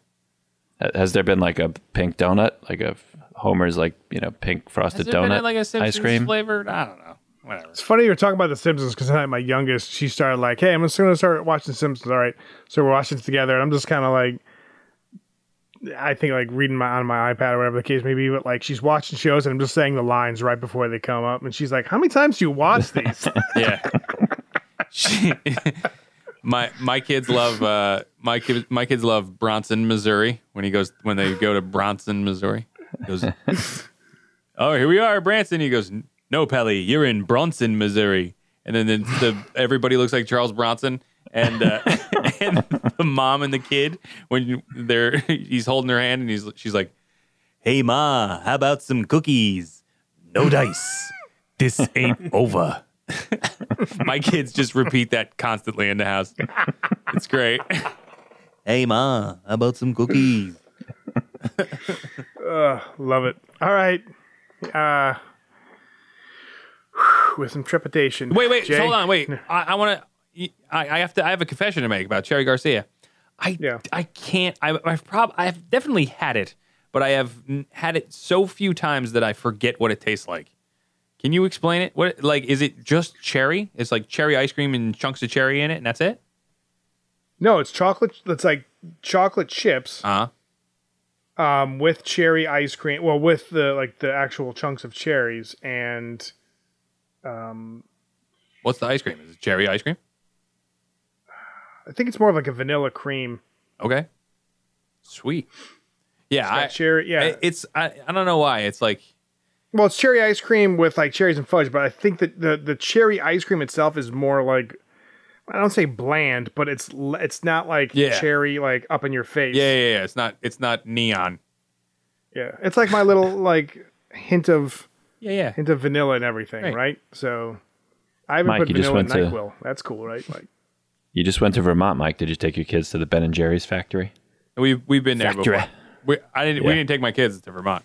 [SPEAKER 9] Ha- Has there been like a pink donut, like a Homer's like you know pink
[SPEAKER 8] Has
[SPEAKER 9] frosted
[SPEAKER 8] there
[SPEAKER 9] donut
[SPEAKER 8] been like a Simpsons
[SPEAKER 9] ice cream?
[SPEAKER 8] flavored? I don't know. Whatever.
[SPEAKER 7] It's funny you're talking about The Simpsons because tonight my youngest, she started like, "Hey, I'm just going to start watching Simpsons." All right, so we're watching it together, and I'm just kind of like, I think like reading my on my iPad or whatever the case may be, but like she's watching shows, and I'm just saying the lines right before they come up, and she's like, "How many times do you watch these?"
[SPEAKER 8] Yeah. She- my my kids love uh, my kids my kids love Bronson, Missouri. When he goes when they go to Bronson, Missouri, he goes. oh, here we are, Branson. He goes, no, Pelly, you're in Bronson, Missouri. And then the, the everybody looks like Charles Bronson. And uh, and the mom and the kid when you- they're he's holding her hand and he's she's like, "Hey ma, how about some cookies? No dice. This ain't over." My kids just repeat that constantly in the house. It's great. Hey, Ma, how about some cookies?
[SPEAKER 7] Love it. All right, uh, with some trepidation.
[SPEAKER 8] Wait, wait,
[SPEAKER 7] Jay?
[SPEAKER 8] hold on, wait. I, I want to. I, I have to. I have a confession to make about Cherry Garcia. I
[SPEAKER 7] Yeah.
[SPEAKER 8] I can't. I, I've prob. I've definitely had it, but I have n- had it so few times that I forget what it tastes like. Can you explain it? What like is it just cherry? It's like cherry ice cream and chunks of cherry in it, and that's it.
[SPEAKER 7] No, it's chocolate. That's like chocolate chips
[SPEAKER 8] Uh-huh.
[SPEAKER 7] um, with cherry ice cream. Well, with the like the actual chunks of cherries and
[SPEAKER 8] What's the ice cream? Is it cherry ice cream?
[SPEAKER 7] I think it's more of like a vanilla cream.
[SPEAKER 8] Okay. Sweet. Yeah, I,
[SPEAKER 7] Like cherry, yeah.
[SPEAKER 8] I- it's I, I don't know why it's like
[SPEAKER 7] well, it's cherry ice cream with like cherries and fudge, but I think that the the cherry ice cream itself is more like I don't say bland, but it's l- it's not like
[SPEAKER 8] Yeah.
[SPEAKER 7] cherry like up in your face.
[SPEAKER 8] yeah, yeah, yeah. It's not it's not neon.
[SPEAKER 7] yeah. It's like my little like hint of
[SPEAKER 8] Yeah, yeah.
[SPEAKER 7] hint of vanilla and everything,
[SPEAKER 8] Right.
[SPEAKER 7] right? So I haven't
[SPEAKER 9] Mike,
[SPEAKER 7] put
[SPEAKER 9] you just
[SPEAKER 7] vanilla in
[SPEAKER 9] went to-
[SPEAKER 7] NyQuil. That's cool, right? Like
[SPEAKER 9] You just went to Vermont, Mike. Did you take your kids to the Ben and Jerry's factory?
[SPEAKER 8] We've we've been there
[SPEAKER 9] Factory.
[SPEAKER 8] before. We I didn't we
[SPEAKER 9] Yeah.
[SPEAKER 8] didn't take my kids to Vermont.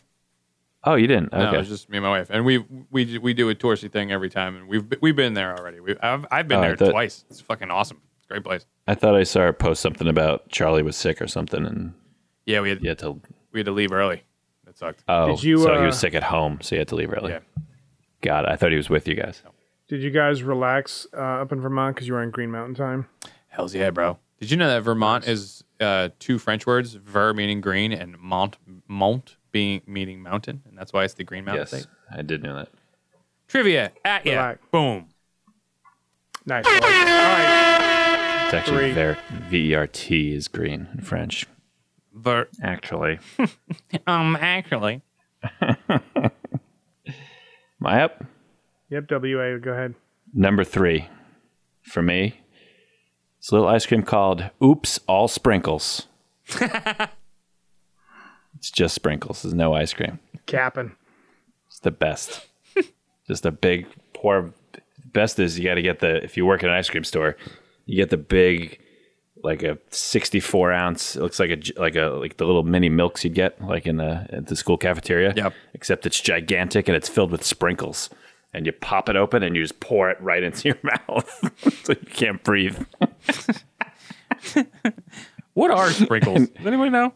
[SPEAKER 9] Oh, you didn't.
[SPEAKER 8] No,
[SPEAKER 9] Okay.
[SPEAKER 8] it was just me and my wife, and we we we do a touristy thing every time, and we've we've been there already. We I've I've been
[SPEAKER 9] Oh,
[SPEAKER 8] there
[SPEAKER 9] that-
[SPEAKER 8] twice. It's fucking awesome. It's a great place.
[SPEAKER 9] I thought I saw her post something about Charlie was sick or something, and
[SPEAKER 8] Yeah, we had
[SPEAKER 9] you had to.
[SPEAKER 8] we had to leave early. That sucked.
[SPEAKER 9] Oh,
[SPEAKER 7] Did you,
[SPEAKER 9] so he
[SPEAKER 7] uh,
[SPEAKER 9] was sick at home, so you had to leave early.
[SPEAKER 8] Yeah.
[SPEAKER 9] God, I thought he was with you guys.
[SPEAKER 7] Did you guys relax uh, up in Vermont because you were on Green Mountain time?
[SPEAKER 8] Hell's yeah, bro. Did you know that Vermont is uh, two French words, ver meaning green and mont mont being meaning mountain, and that's why it's the Green Mountain
[SPEAKER 9] yes,
[SPEAKER 8] State.
[SPEAKER 9] I did know that.
[SPEAKER 8] Trivia at ya.
[SPEAKER 7] Relax.
[SPEAKER 8] Boom.
[SPEAKER 7] Nice. I like that.
[SPEAKER 9] It's actually
[SPEAKER 7] Three.
[SPEAKER 9] their V E R T is green in French.
[SPEAKER 8] Ver
[SPEAKER 9] Actually,
[SPEAKER 8] um actually.
[SPEAKER 9] am I up?
[SPEAKER 7] All right. Yep. WA. Go ahead.
[SPEAKER 9] Number three for me. It's a little ice cream called Oops All Sprinkles. it's just sprinkles. There's no ice cream.
[SPEAKER 7] Capping.
[SPEAKER 9] It's the best. Just a big pour. Best is you got to get the if you work at an ice cream store, you get the big, like a sixty-four ounce. It looks like a j- like a like the little mini milks you'd get like in the at the school cafeteria.
[SPEAKER 8] Yep.
[SPEAKER 9] Except it's gigantic and it's filled with sprinkles. And you pop it open and you just pour it right into your mouth, so you can't breathe.
[SPEAKER 8] What are sprinkles? Does anybody know?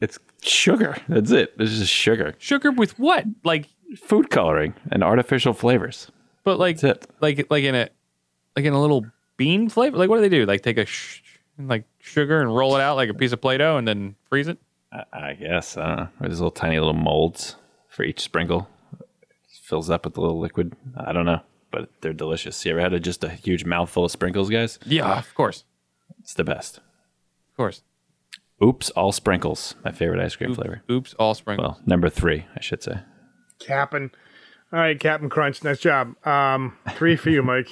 [SPEAKER 9] It's sugar. That's it. It's just sugar,
[SPEAKER 8] Sugar with what? Like
[SPEAKER 9] food coloring, and artificial flavors.
[SPEAKER 8] but like
[SPEAKER 9] That's it.
[SPEAKER 8] like like in a like in a little bean flavor. Like what do they do? Like take a sh- like sugar and roll it out like a piece of play-doh and then freeze it?
[SPEAKER 9] I guess. I don't know. There's little tiny little molds for each sprinkle. fills up with a little liquid. I don't know, but they're delicious. You ever had a, just a huge mouthful of sprinkles, guys?
[SPEAKER 8] Yeah, of course.
[SPEAKER 9] It's the best.
[SPEAKER 8] Of course.
[SPEAKER 9] Oops, all sprinkles. My favorite ice cream flavor.
[SPEAKER 8] Oops, all sprinkles.
[SPEAKER 9] Well, number three, I should say.
[SPEAKER 7] Capping. All right, Captain Crunch. Nice job. Um, three for you, Mike.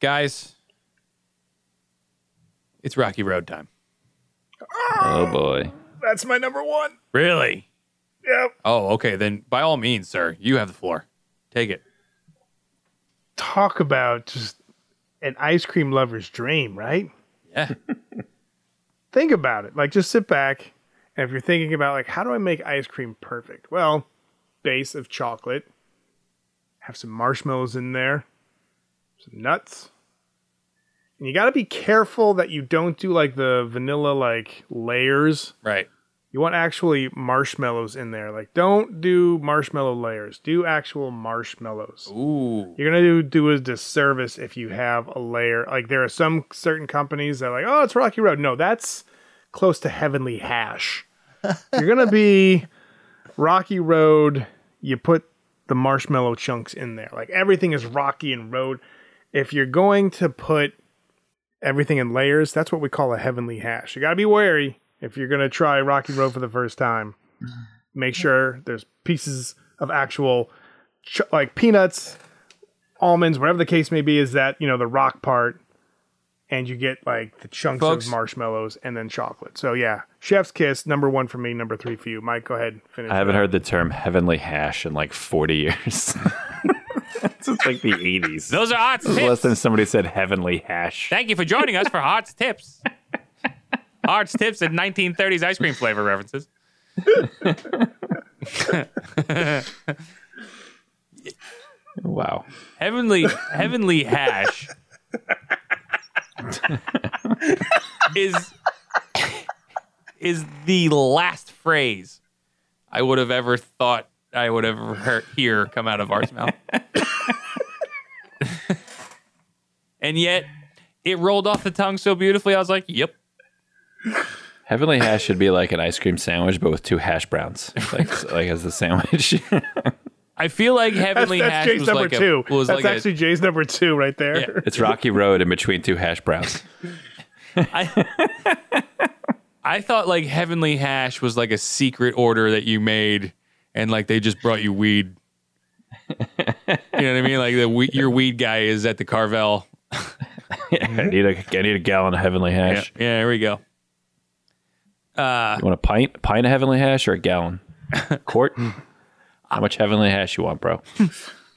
[SPEAKER 8] Guys, it's Rocky Road time.
[SPEAKER 9] Oh boy.
[SPEAKER 7] That's my number one.
[SPEAKER 8] Really?
[SPEAKER 7] Yep.
[SPEAKER 8] Oh, okay. Then by all means, sir, you have the floor. Take it.
[SPEAKER 7] Talk about just an ice cream lover's dream, right?
[SPEAKER 8] Yeah.
[SPEAKER 7] Think about it. Like, just sit back. And if you're thinking about, like, how do I make ice cream perfect? Well, base of chocolate. Have some marshmallows in there, some nuts. And you got to be careful that you don't do like the vanilla, like layers.
[SPEAKER 8] Right.
[SPEAKER 7] You want actually marshmallows in there. Like, don't do marshmallow layers. Do actual marshmallows.
[SPEAKER 8] Ooh.
[SPEAKER 7] You're gonna do do a disservice if you have a layer. Like, there are some certain companies that are like, oh, it's Rocky Road. No, that's close to heavenly hash. You're gonna be Rocky Road. You put the marshmallow chunks in there. Like everything is rocky and road. If you're going to put everything in layers, that's what we call a heavenly hash. You got to be wary if you're going to try Rocky Road for the first time. Make sure there's pieces of actual ch- like peanuts, almonds, whatever the case may be is that, you know, the rock part and you get like the chunks
[SPEAKER 8] Folks-
[SPEAKER 7] of marshmallows and then chocolate. So yeah, chef's kiss number 1 for me, number 3 for you. Mike, go ahead finish.
[SPEAKER 9] I haven't heard the term heavenly hash in like 40 years. it's just like the 80s.
[SPEAKER 8] Those are hot
[SPEAKER 9] the last
[SPEAKER 8] tips.
[SPEAKER 9] time somebody said heavenly hash.
[SPEAKER 8] Thank you for joining us for Hearts Tips. Hearts Tips and 1930s ice cream flavor references.
[SPEAKER 9] Wow.
[SPEAKER 8] Heavenly Heavenly Hash is is the last phrase I would have ever thought I would ever hear, hear come out of Art's mouth. and yet It rolled off the tongue so beautifully. I was like, yep.
[SPEAKER 9] Heavenly hash should be like an ice cream sandwich, but with two hash browns, like, like as the sandwich.
[SPEAKER 8] I feel like
[SPEAKER 7] That's,
[SPEAKER 8] Heavenly
[SPEAKER 7] that's
[SPEAKER 8] Hash
[SPEAKER 7] Jay's
[SPEAKER 8] was
[SPEAKER 7] number
[SPEAKER 8] like a-
[SPEAKER 7] two.
[SPEAKER 8] was
[SPEAKER 7] that's
[SPEAKER 8] like a-
[SPEAKER 7] actually Jay's number two right there.
[SPEAKER 8] Yeah.
[SPEAKER 9] it's Rocky Road in between two hash browns.
[SPEAKER 8] I, I thought like Heavenly Hash was like a secret order that you made, and like they just brought you weed. you know what I mean? Like the we, your weed guy is at the Carvel.
[SPEAKER 9] I need a I need a gallon of heavenly
[SPEAKER 8] Yeah,
[SPEAKER 9] hash.
[SPEAKER 8] yeah. Here we go.
[SPEAKER 9] You want a pint? A pint of heavenly hash or a gallon? Quart? How much heavenly hash you want, bro?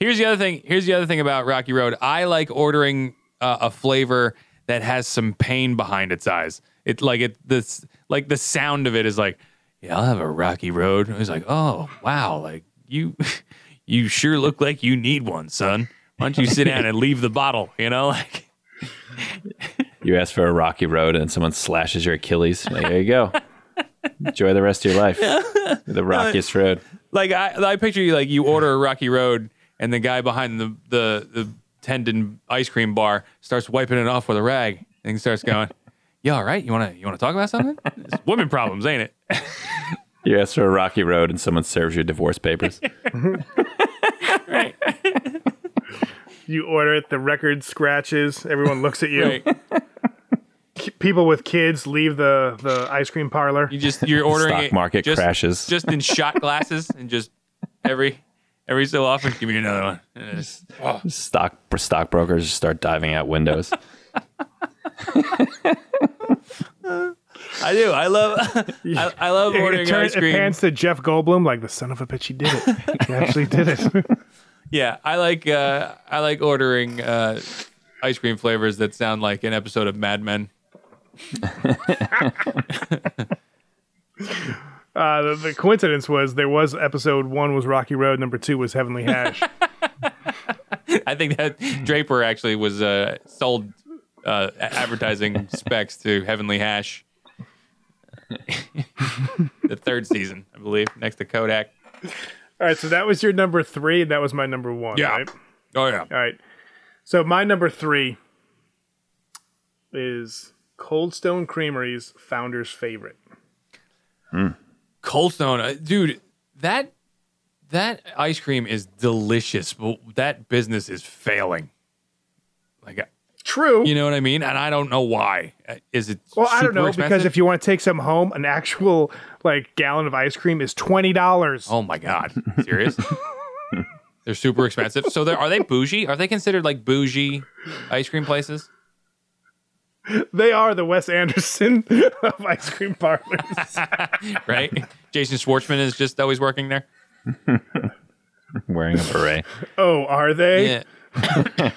[SPEAKER 8] Here's the other thing. Here's the other thing about Rocky Road. I like ordering uh, a flavor that has some pain behind its eyes. It like it this like the sound of it is like, yeah, I'll have a Rocky Road. And It's like, oh wow, like you, you sure look like you need one, son. Why don't you sit down and leave the bottle? You know, like
[SPEAKER 9] You ask for a rocky road and someone slashes your Achilles. Like, there you go. Enjoy the rest of your life. The rockiest road.
[SPEAKER 8] like I I picture you like you order a Rocky Road and the guy behind the the the tendon ice cream bar starts wiping it off with a rag and he starts going, "You all right? You wanna you wanna talk about something? It's women problems, ain't it?"
[SPEAKER 9] You ask for a rocky road and someone serves your divorce papers.
[SPEAKER 7] You order it, the record scratches. Everyone looks at you.
[SPEAKER 8] Right.
[SPEAKER 7] K- People with kids leave the, the ice cream parlor.
[SPEAKER 8] You just you're ordering
[SPEAKER 9] Stock
[SPEAKER 8] it,
[SPEAKER 9] market
[SPEAKER 8] just,
[SPEAKER 9] crashes.
[SPEAKER 8] just in shot glasses and just every every so often give me another one. And it's-
[SPEAKER 9] Stock stockbrokers just start diving out windows.
[SPEAKER 8] I do. I love I, I love
[SPEAKER 7] It-
[SPEAKER 8] ordering
[SPEAKER 7] it, turns-
[SPEAKER 8] ice
[SPEAKER 7] it
[SPEAKER 8] cream.
[SPEAKER 7] pans to Jeff Goldblum like the son of a bitch. He did it. He actually did it.
[SPEAKER 8] Yeah, I like uh, I like ordering uh, ice cream flavors that sound like an episode of Mad Men.
[SPEAKER 7] Uh, the, the coincidence was there was episode one was Rocky Road, number two was Heavenly Hash.
[SPEAKER 8] I think that
[SPEAKER 7] Hmm.
[SPEAKER 8] Draper actually was uh, sold uh, a- advertising specs to Heavenly Hash. the third season, I believe, next to Kodak.
[SPEAKER 7] All right, so that was your number three. and That was my number one.
[SPEAKER 8] Yeah.
[SPEAKER 7] Right?
[SPEAKER 8] Oh yeah.
[SPEAKER 7] All right. So my number three is Cold Stone Creamery's founder's favorite.
[SPEAKER 8] Cold Stone, uh, dude, that that ice cream is delicious, but that business is failing. Like, I-
[SPEAKER 7] True.
[SPEAKER 8] you know what I mean? And I don't know why. Uh, Is it?
[SPEAKER 7] well, I don't
[SPEAKER 8] super
[SPEAKER 7] know because
[SPEAKER 8] expensive?
[SPEAKER 7] if you want to take some home, an actual like gallon of ice cream is twenty dollars.
[SPEAKER 8] oh my god, serious? They're super expensive. So, they're, are they bougie? Are they considered like bougie ice cream places?
[SPEAKER 7] They are the Wes Anderson of ice cream parlors.
[SPEAKER 8] Right? Jason Schwartzman is just always working there.
[SPEAKER 9] Wearing a beret.
[SPEAKER 7] oh, are they?
[SPEAKER 8] Yeah,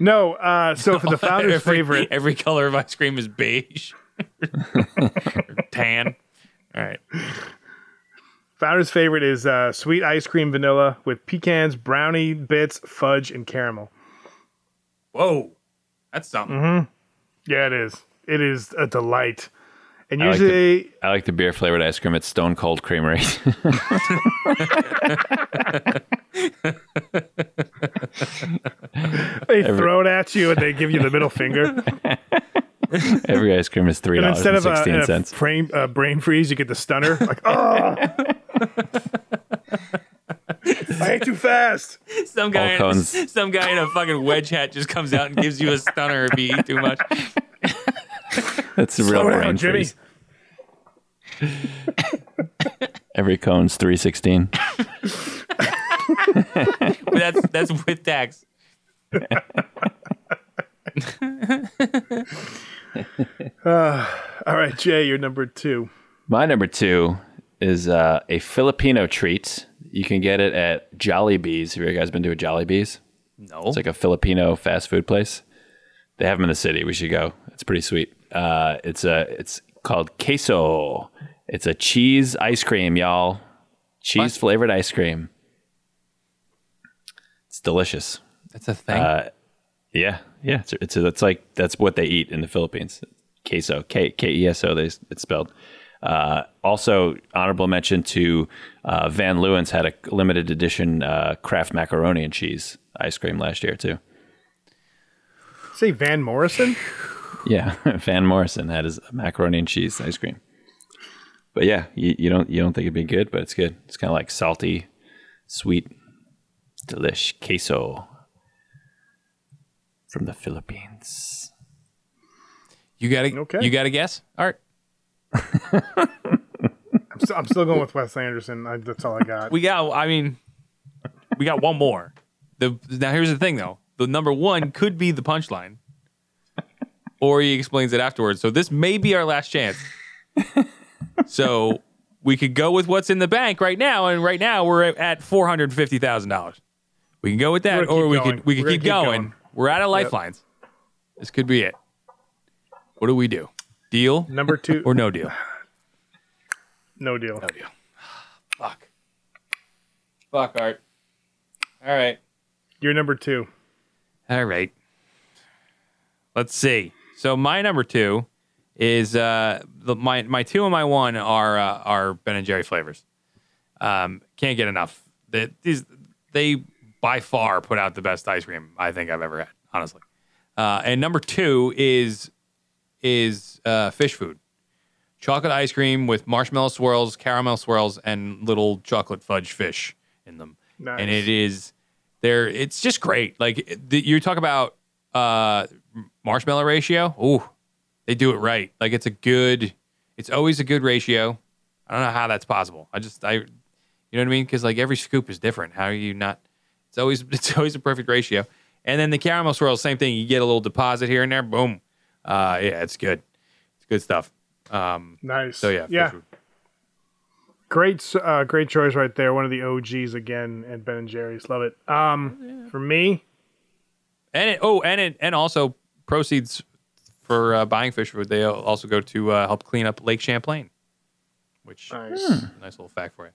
[SPEAKER 7] No. Uh, so for the founder's
[SPEAKER 8] every,
[SPEAKER 7] favorite,
[SPEAKER 8] Every color of ice cream is beige, tan. All right.
[SPEAKER 7] Founder's favorite is uh, sweet ice cream vanilla with pecans, brownie bits, fudge, and caramel.
[SPEAKER 8] Whoa, that's something.
[SPEAKER 7] Mm-hmm. Yeah, it is. It is a delight. And
[SPEAKER 9] like the-
[SPEAKER 7] usually,
[SPEAKER 9] I like the beer flavored ice cream at Stone Cold Creamery.
[SPEAKER 7] they throw it at you and they give you the middle finger.
[SPEAKER 9] Every ice cream is three
[SPEAKER 7] And
[SPEAKER 9] dollars
[SPEAKER 7] instead
[SPEAKER 9] and
[SPEAKER 7] of a,
[SPEAKER 9] sixteen
[SPEAKER 7] and a
[SPEAKER 9] cents.
[SPEAKER 7] brain, a brain freeze, you get the stunner. Like, oh, I ate too fast.
[SPEAKER 8] Some guy,
[SPEAKER 9] All cones.
[SPEAKER 8] some guy in a fucking wedge hat just comes out and gives you a stunner if you eat too much.
[SPEAKER 9] That's a real
[SPEAKER 7] Slow down,
[SPEAKER 9] brain
[SPEAKER 7] Jimmy.
[SPEAKER 9] freeze. Every cone's three sixteen.
[SPEAKER 8] But that's that's with tax.
[SPEAKER 7] All right, Jay, you're number two.
[SPEAKER 9] My number two is uh, a Filipino treat. You can get it at Jollibee's. Have you guys been to a Jollibee's?
[SPEAKER 8] No,
[SPEAKER 9] It's like a Filipino fast food place. They have them in the city. We should go. It's pretty sweet. Uh, it's a it's called queso. It's a cheese ice cream, y'all. Cheese flavored ice cream. It's delicious.
[SPEAKER 8] that's a thing.
[SPEAKER 9] Yeah, yeah. It's it's that's like that's what they eat in the Philippines. Queso, K K E S O. They it's spelled. Uh, also, honorable mention to uh, Van Leeuwen's had a limited edition uh, Kraft macaroni and cheese ice cream last year too.
[SPEAKER 7] Say Van Morrison.
[SPEAKER 3] Yeah, Van Morrison had his macaroni and cheese ice cream. But yeah, you, you don't you don't think it'd be good, but it's good. It's kind of like salty, sweet, delish queso from the Philippines.
[SPEAKER 8] You got to
[SPEAKER 7] Okay.
[SPEAKER 8] You got to guess. All right,
[SPEAKER 7] I'm, st- I'm still going with Wes Anderson. I, that's all I got.
[SPEAKER 8] we got. I mean, we got one more. The now here's the thing though. The number one could be the punchline, or he explains it afterwards. So this may be our last chance. so we could go with what's in the bank right now, and right now we're at four hundred fifty thousand dollars. We can go with
[SPEAKER 7] We're
[SPEAKER 8] that,
[SPEAKER 7] gonna
[SPEAKER 8] or
[SPEAKER 7] keep
[SPEAKER 8] we
[SPEAKER 7] going.
[SPEAKER 8] could we could
[SPEAKER 7] We're
[SPEAKER 8] keep,
[SPEAKER 7] gonna keep
[SPEAKER 8] going.
[SPEAKER 7] going.
[SPEAKER 8] We're out of lifelines. This could be it. What do we do? Deal
[SPEAKER 7] Number two,
[SPEAKER 8] or no deal?
[SPEAKER 7] no deal.
[SPEAKER 8] Fuck. Fuck art. All right.
[SPEAKER 7] You're number two.
[SPEAKER 8] All right. Let's see. So my number two is uh the, my my two and my one are uh, are Ben and Jerry flavors. Um, can't get enough. They, these they by far put out the best ice cream I think I've ever had, honestly. Uh, and number two is is uh, fish food, chocolate ice cream with marshmallow swirls, caramel swirls, and little chocolate fudge fish in them.
[SPEAKER 7] Nice.
[SPEAKER 8] And it is there. It's just great. Like it- the, you talk about uh, marshmallow ratio. Ooh, they do it right. Like it's a good. It's always a good ratio. I don't know how that's possible. I just I, you know what I mean? Because like every scoop is different. How are you not? It's always it's always a perfect ratio. And then the caramel swirl, same thing. You get a little deposit here and there. Boom. Uh, yeah, it's good. It's good stuff. Um,
[SPEAKER 7] Nice.
[SPEAKER 9] Oh,
[SPEAKER 8] so yeah,
[SPEAKER 7] yeah.
[SPEAKER 8] fish food.
[SPEAKER 7] Great, s- uh, great choice right there. One of the OGs again, and Ben and Jerry's. Love it. Um, for me,
[SPEAKER 8] and it, oh, and it, and also proceeds for uh, buying fish food. They also go to uh, help clean up Lake Champlain, which
[SPEAKER 7] nice.
[SPEAKER 8] nice
[SPEAKER 3] Hmm.
[SPEAKER 8] little fact for you.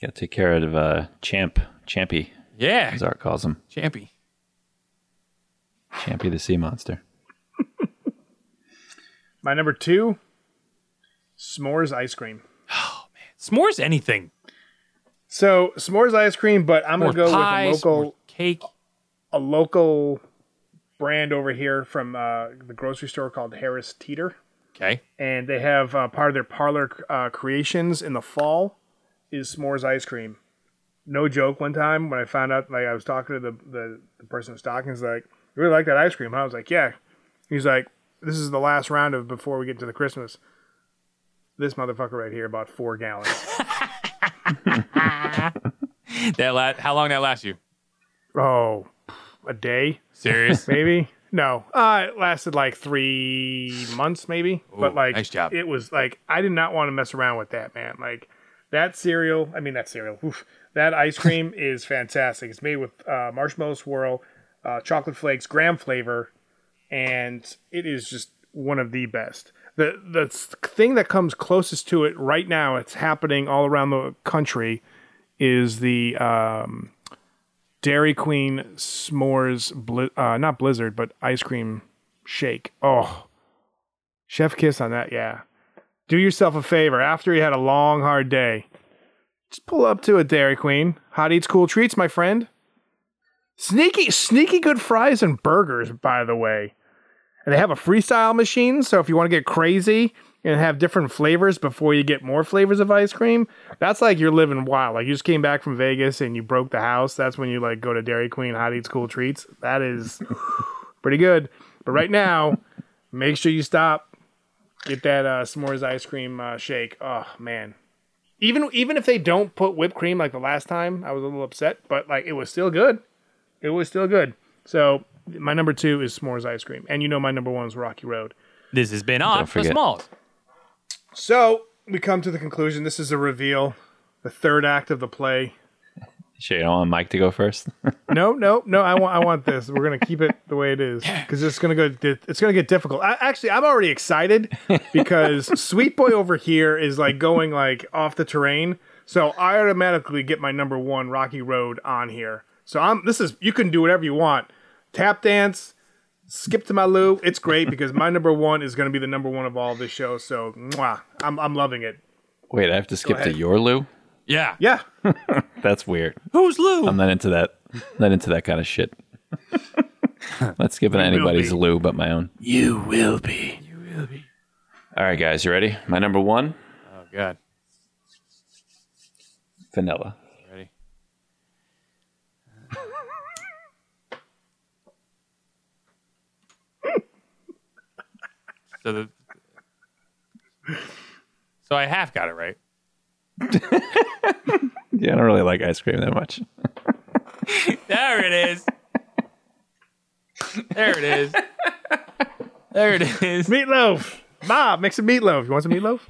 [SPEAKER 3] Got to take care of uh, Champ, Champy,
[SPEAKER 8] Yeah,
[SPEAKER 3] as Art calls him,
[SPEAKER 8] Champy.
[SPEAKER 3] Champy the sea monster.
[SPEAKER 7] My number two, s'mores ice cream.
[SPEAKER 8] S'mores anything.
[SPEAKER 7] So s'mores ice cream, but I'm
[SPEAKER 8] More
[SPEAKER 7] gonna go
[SPEAKER 8] pie,
[SPEAKER 7] with a local,
[SPEAKER 8] s'more cake.
[SPEAKER 7] a local brand over here from uh, the grocery store called Harris Teeter.
[SPEAKER 8] Okay.
[SPEAKER 7] and they have uh, part of their parlor uh, creations in the fall is s'mores ice cream. No joke. One time when I found out, like I was talking to the the, the person who's talking, he's like, "You really like that ice cream?" Huh? I was like, "Yeah." He's like, "This is the last round of before we get to the Christmas." This motherfucker right here bought four gallons.
[SPEAKER 8] That la- how long that last you?
[SPEAKER 7] oh, a day
[SPEAKER 8] Serious?
[SPEAKER 7] maybe. No, uh, it lasted like three months, maybe. but
[SPEAKER 8] Ooh,
[SPEAKER 7] like,
[SPEAKER 8] nice job.
[SPEAKER 7] It was like I did not want to mess around with that, man. Like that cereal. I mean, that cereal. oof. that ice cream is fantastic. It's made with uh, marshmallow swirl, uh, chocolate flakes, graham flavor, and it is just one of the best. The the thing that comes closest to it right now, it's happening all around the country, is the um, Dairy Queen s'mores, bli- uh, not Blizzard, but ice cream shake. Oh, chef kiss on that. Yeah. Do yourself a favor after you had a long, hard day. Just pull up to a Dairy Queen. Hot eats cool treats, my friend. Sneaky, sneaky good fries and burgers, by the way. And they have a freestyle machine, so if you want to get crazy and have different flavors before you get more flavors of ice cream, that's like you're living wild. Like you just came back from Vegas and you broke the house. That's when you like go to Dairy Queen, hot eats cool treats. That is pretty good. But right now, make sure you stop. Get that uh, s'mores ice cream uh, shake. Oh man. Even even if they don't put whipped cream like the last time, I was a little upset, but like it was still good. It was still good. So my number two is s'mores ice cream, and you know my number one is Rocky Road.
[SPEAKER 8] this has been on
[SPEAKER 3] Don't
[SPEAKER 8] for
[SPEAKER 3] forget.
[SPEAKER 8] Smalls.
[SPEAKER 7] So we come to the conclusion. This is a reveal, the third act of the play.
[SPEAKER 3] Sure, you don't want Mike to go first?
[SPEAKER 7] No, no, no. I want, I want this. We're gonna keep it the way it is because it's gonna go. di- It's gonna get difficult. I, actually, I'm already excited because Sweet Boy over here is like going like off the terrain. So I automatically get my number one Rocky Road on here. So I'm. This is you can do whatever you want. Tap dance, skip to my loo. It's great because my number one is gonna be the number one of all this show. So mwah, I'm, I'm loving it.
[SPEAKER 3] Wait, I have to skip to
[SPEAKER 7] ahead.
[SPEAKER 3] your Lou?
[SPEAKER 8] Yeah.
[SPEAKER 7] Yeah.
[SPEAKER 3] That's weird.
[SPEAKER 8] Who's Lou?
[SPEAKER 3] I'm not into that. not into that kind of shit.
[SPEAKER 9] Let's give it anybody's
[SPEAKER 7] be.
[SPEAKER 9] loo but my own. You will be. You will be. All right, guys, you ready? My number one,
[SPEAKER 8] Oh God.
[SPEAKER 9] vanilla.
[SPEAKER 8] Ready. so the So I half got it right.
[SPEAKER 9] Yeah, I don't really like ice cream that much.
[SPEAKER 8] There it is. There it is. There it is.
[SPEAKER 7] Meatloaf. Ma, make some meatloaf. You want some meatloaf?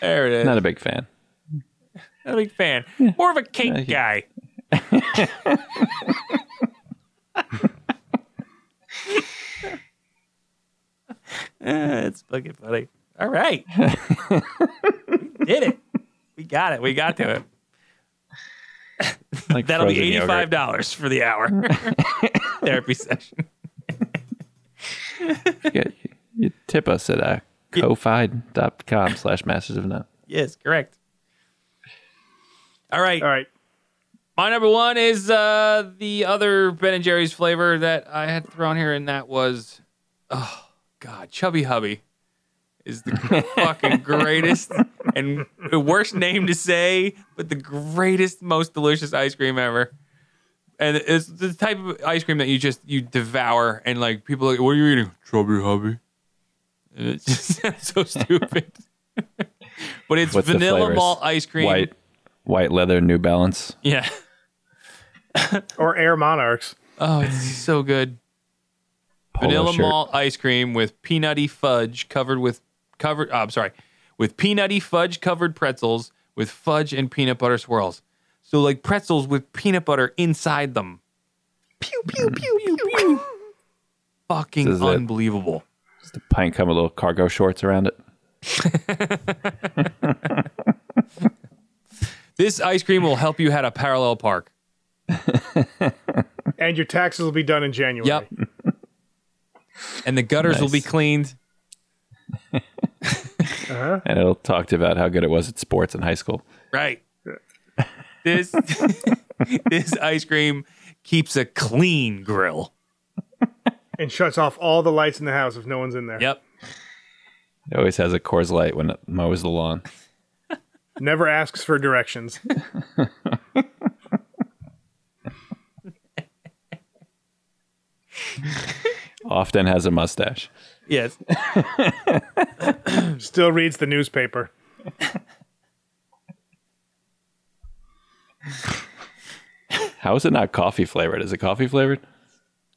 [SPEAKER 8] There it is.
[SPEAKER 9] Not a big fan.
[SPEAKER 8] Not a big fan. More of a cake guy. Ah, it's fucking funny. All right. we did it. We got it. We got to it.
[SPEAKER 9] Like
[SPEAKER 8] That'll be
[SPEAKER 9] frozen yogurt.
[SPEAKER 8] eighty-five dollars for the hour therapy session.
[SPEAKER 9] Yeah, you- you tip us at uh, kofi.com slash masters of none.
[SPEAKER 8] Yes, correct. All right.
[SPEAKER 7] All right.
[SPEAKER 8] My number one is uh, the other Ben and Jerry's flavor that I had thrown here, and that was, oh God, Chubby Hubby is the fucking greatest and worst name to say, but the greatest, most delicious ice cream ever. And it's the type of ice cream that you just you devour, and like people are like, what are you eating? Chubby Hubby. And it just sounds so stupid. but it's
[SPEAKER 9] What's the
[SPEAKER 8] vanilla
[SPEAKER 9] flavors?
[SPEAKER 8] malt ice cream.
[SPEAKER 9] White, white leather, New Balance.
[SPEAKER 8] Yeah.
[SPEAKER 7] Or Air Monarchs.
[SPEAKER 8] Oh, it's so good.
[SPEAKER 9] polo
[SPEAKER 8] vanilla
[SPEAKER 9] shirt.
[SPEAKER 8] malt ice cream with peanutty fudge covered with covered. oh, I'm sorry, with peanutty fudge covered pretzels with fudge and peanut butter swirls. So like pretzels with peanut butter inside them. Pew pew pew pew pew. Fucking
[SPEAKER 9] This is it.
[SPEAKER 8] unbelievable.
[SPEAKER 9] Does the pint come with little cargo shorts around it?
[SPEAKER 8] This ice cream will help you head a parallel park.
[SPEAKER 7] And your taxes will be done in January.
[SPEAKER 8] Yep. And the gutters will be
[SPEAKER 9] Nice.
[SPEAKER 8] cleaned.
[SPEAKER 9] And it'll talk to you about how good it was at sports in high school.
[SPEAKER 8] Right. This this ice cream keeps a clean grill.
[SPEAKER 7] And shuts off all the lights in the house if no one's in there.
[SPEAKER 8] Yep.
[SPEAKER 9] It always has a Coors Light when it mows the lawn.
[SPEAKER 7] Never asks for directions.
[SPEAKER 9] Often has a mustache.
[SPEAKER 8] Yes.
[SPEAKER 7] Still reads the newspaper.
[SPEAKER 9] How is it not coffee flavored? Is it coffee flavored?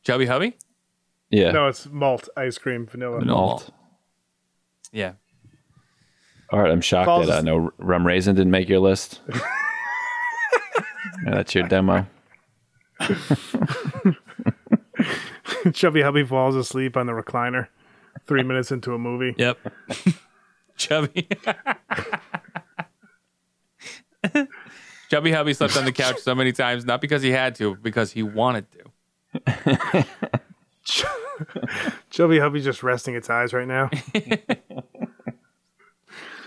[SPEAKER 8] Chubby Hubby?
[SPEAKER 9] Yeah.
[SPEAKER 7] No, it's malt, ice cream, vanilla.
[SPEAKER 9] Malt.
[SPEAKER 8] Yeah.
[SPEAKER 9] All right, I'm shocked
[SPEAKER 7] Falls-
[SPEAKER 9] that I know rum raisin didn't make your list. Yeah, that's your demo.
[SPEAKER 7] Chubby Hubby falls asleep on the recliner three minutes into a movie.
[SPEAKER 8] Yep. Chubby. Chubby Hubby slept on the couch so many times, not because he had to, but because he wanted to.
[SPEAKER 7] Chubby Hubby's just resting its eyes right now.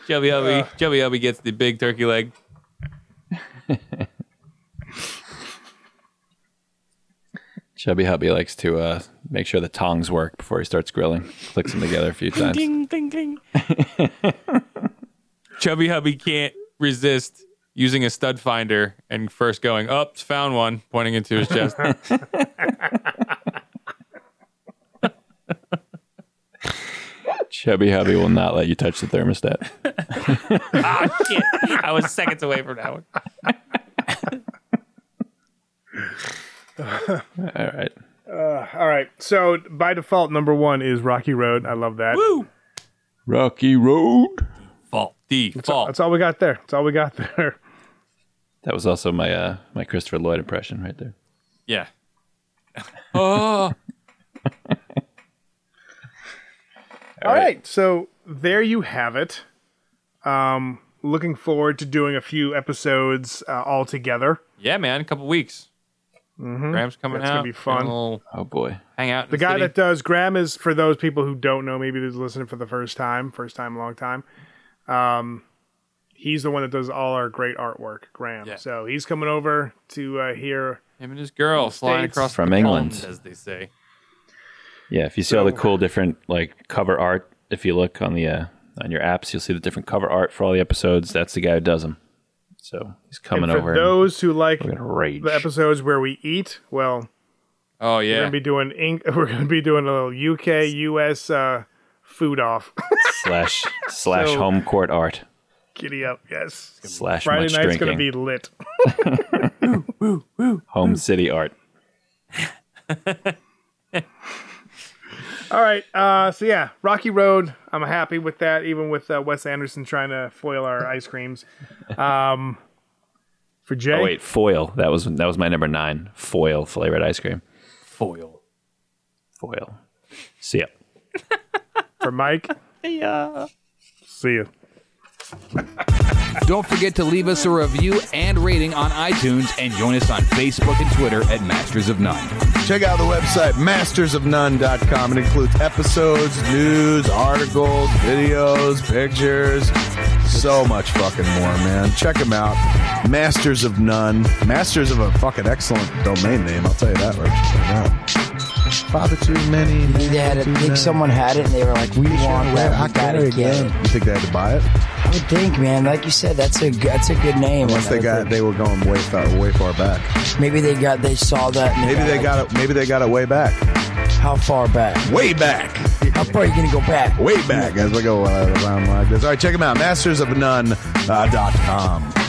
[SPEAKER 8] Chubby Hubby. Uh. Chubby Hubby gets the big turkey leg.
[SPEAKER 9] Chubby Hubby likes to uh, make sure the tongs work before he starts grilling. Clicks them together a few times.
[SPEAKER 8] Ding ding ding. Chubby Hubby can't resist using a stud finder and first going, up, found one, pointing into his chest.
[SPEAKER 9] Chubby Hubby will not let you touch the thermostat.
[SPEAKER 8] ah, shit. I was seconds away from that one.
[SPEAKER 9] All right.
[SPEAKER 7] All right. So by default, number one is Rocky Road. I love that.
[SPEAKER 8] Woo!
[SPEAKER 9] Rocky Road.
[SPEAKER 8] Fault. Default.
[SPEAKER 7] That's all we got there. That's all we got there.
[SPEAKER 9] That was also my uh, my Christopher Lloyd impression right there.
[SPEAKER 8] Yeah. oh.
[SPEAKER 7] All right. So there you have it. Um, looking forward to doing a few episodes uh, all together.
[SPEAKER 8] Yeah, man. A couple weeks. Graham's coming
[SPEAKER 7] Mm-hmm. That's
[SPEAKER 8] out.
[SPEAKER 7] gonna be fun.
[SPEAKER 8] and we'll
[SPEAKER 9] Oh boy.
[SPEAKER 8] hang out. in
[SPEAKER 7] The guy
[SPEAKER 8] city.
[SPEAKER 7] that does Graham is for those people who don't know, maybe they're listening for the first time, first time, long time. Um, he's the one that does all our great artwork, Graham.
[SPEAKER 8] Yeah.
[SPEAKER 7] So he's coming over to uh, hear
[SPEAKER 8] Him and his girl flying
[SPEAKER 7] States.
[SPEAKER 8] across
[SPEAKER 9] From
[SPEAKER 8] the
[SPEAKER 9] England.
[SPEAKER 8] pond, as they say.
[SPEAKER 9] Yeah, if you see all the cool different like cover art, if you look on the uh, on your apps, you'll see the different cover art for all the episodes. That's the guy who does them. So he's coming
[SPEAKER 7] And for
[SPEAKER 9] over.
[SPEAKER 7] those who like
[SPEAKER 9] and we're gonna rage.
[SPEAKER 7] the episodes where we eat, well,
[SPEAKER 8] Oh
[SPEAKER 7] we're
[SPEAKER 8] yeah,
[SPEAKER 7] gonna be doing ink. We're gonna be doing a little UK US uh, food off.
[SPEAKER 9] slash slash
[SPEAKER 7] So-
[SPEAKER 9] home court art
[SPEAKER 7] Giddy up, yes.
[SPEAKER 9] slash
[SPEAKER 7] Friday
[SPEAKER 9] much
[SPEAKER 7] night's
[SPEAKER 9] drinking
[SPEAKER 7] gonna be lit.
[SPEAKER 9] home
[SPEAKER 7] Hmm.
[SPEAKER 9] city art.
[SPEAKER 7] All right. Uh, so yeah, Rocky Road. I'm happy with that, even with uh, Wes Anderson trying to foil our ice creams. Um, for Jay,
[SPEAKER 9] Oh wait, foil. That was that was my number nine. Foil flavored ice cream.
[SPEAKER 8] foil.
[SPEAKER 9] Foil. So yeah,
[SPEAKER 7] for Mike. yeah. See you.
[SPEAKER 10] Don't forget to leave us a review and rating on iTunes and join us on Facebook and Twitter at Masters of None.
[SPEAKER 11] Check out the website mastersofnone.com. It includes episodes, news, articles, videos, pictures, so much fucking more, man. Check them out. Masters of None. Masters of a fucking excellent domain name. I'll tell you that right right now. Father too many.
[SPEAKER 4] They had it, I think someone had it and they were like, we want that, we gotta get it.
[SPEAKER 11] You think they had to buy it?
[SPEAKER 4] I would think, man, like you said, that's a, g- that's a good name.
[SPEAKER 11] Unless they got, they were going way far, way far back.
[SPEAKER 4] Maybe they got, they saw that. and
[SPEAKER 11] Maybe they
[SPEAKER 4] like,
[SPEAKER 11] got it. Maybe they got it way back.
[SPEAKER 4] How far back?
[SPEAKER 11] Way back.
[SPEAKER 4] How far are you gonna go back?
[SPEAKER 11] way back as we go uh, around like this. All right, check them out, mastersofnone.com. Uh, dot com.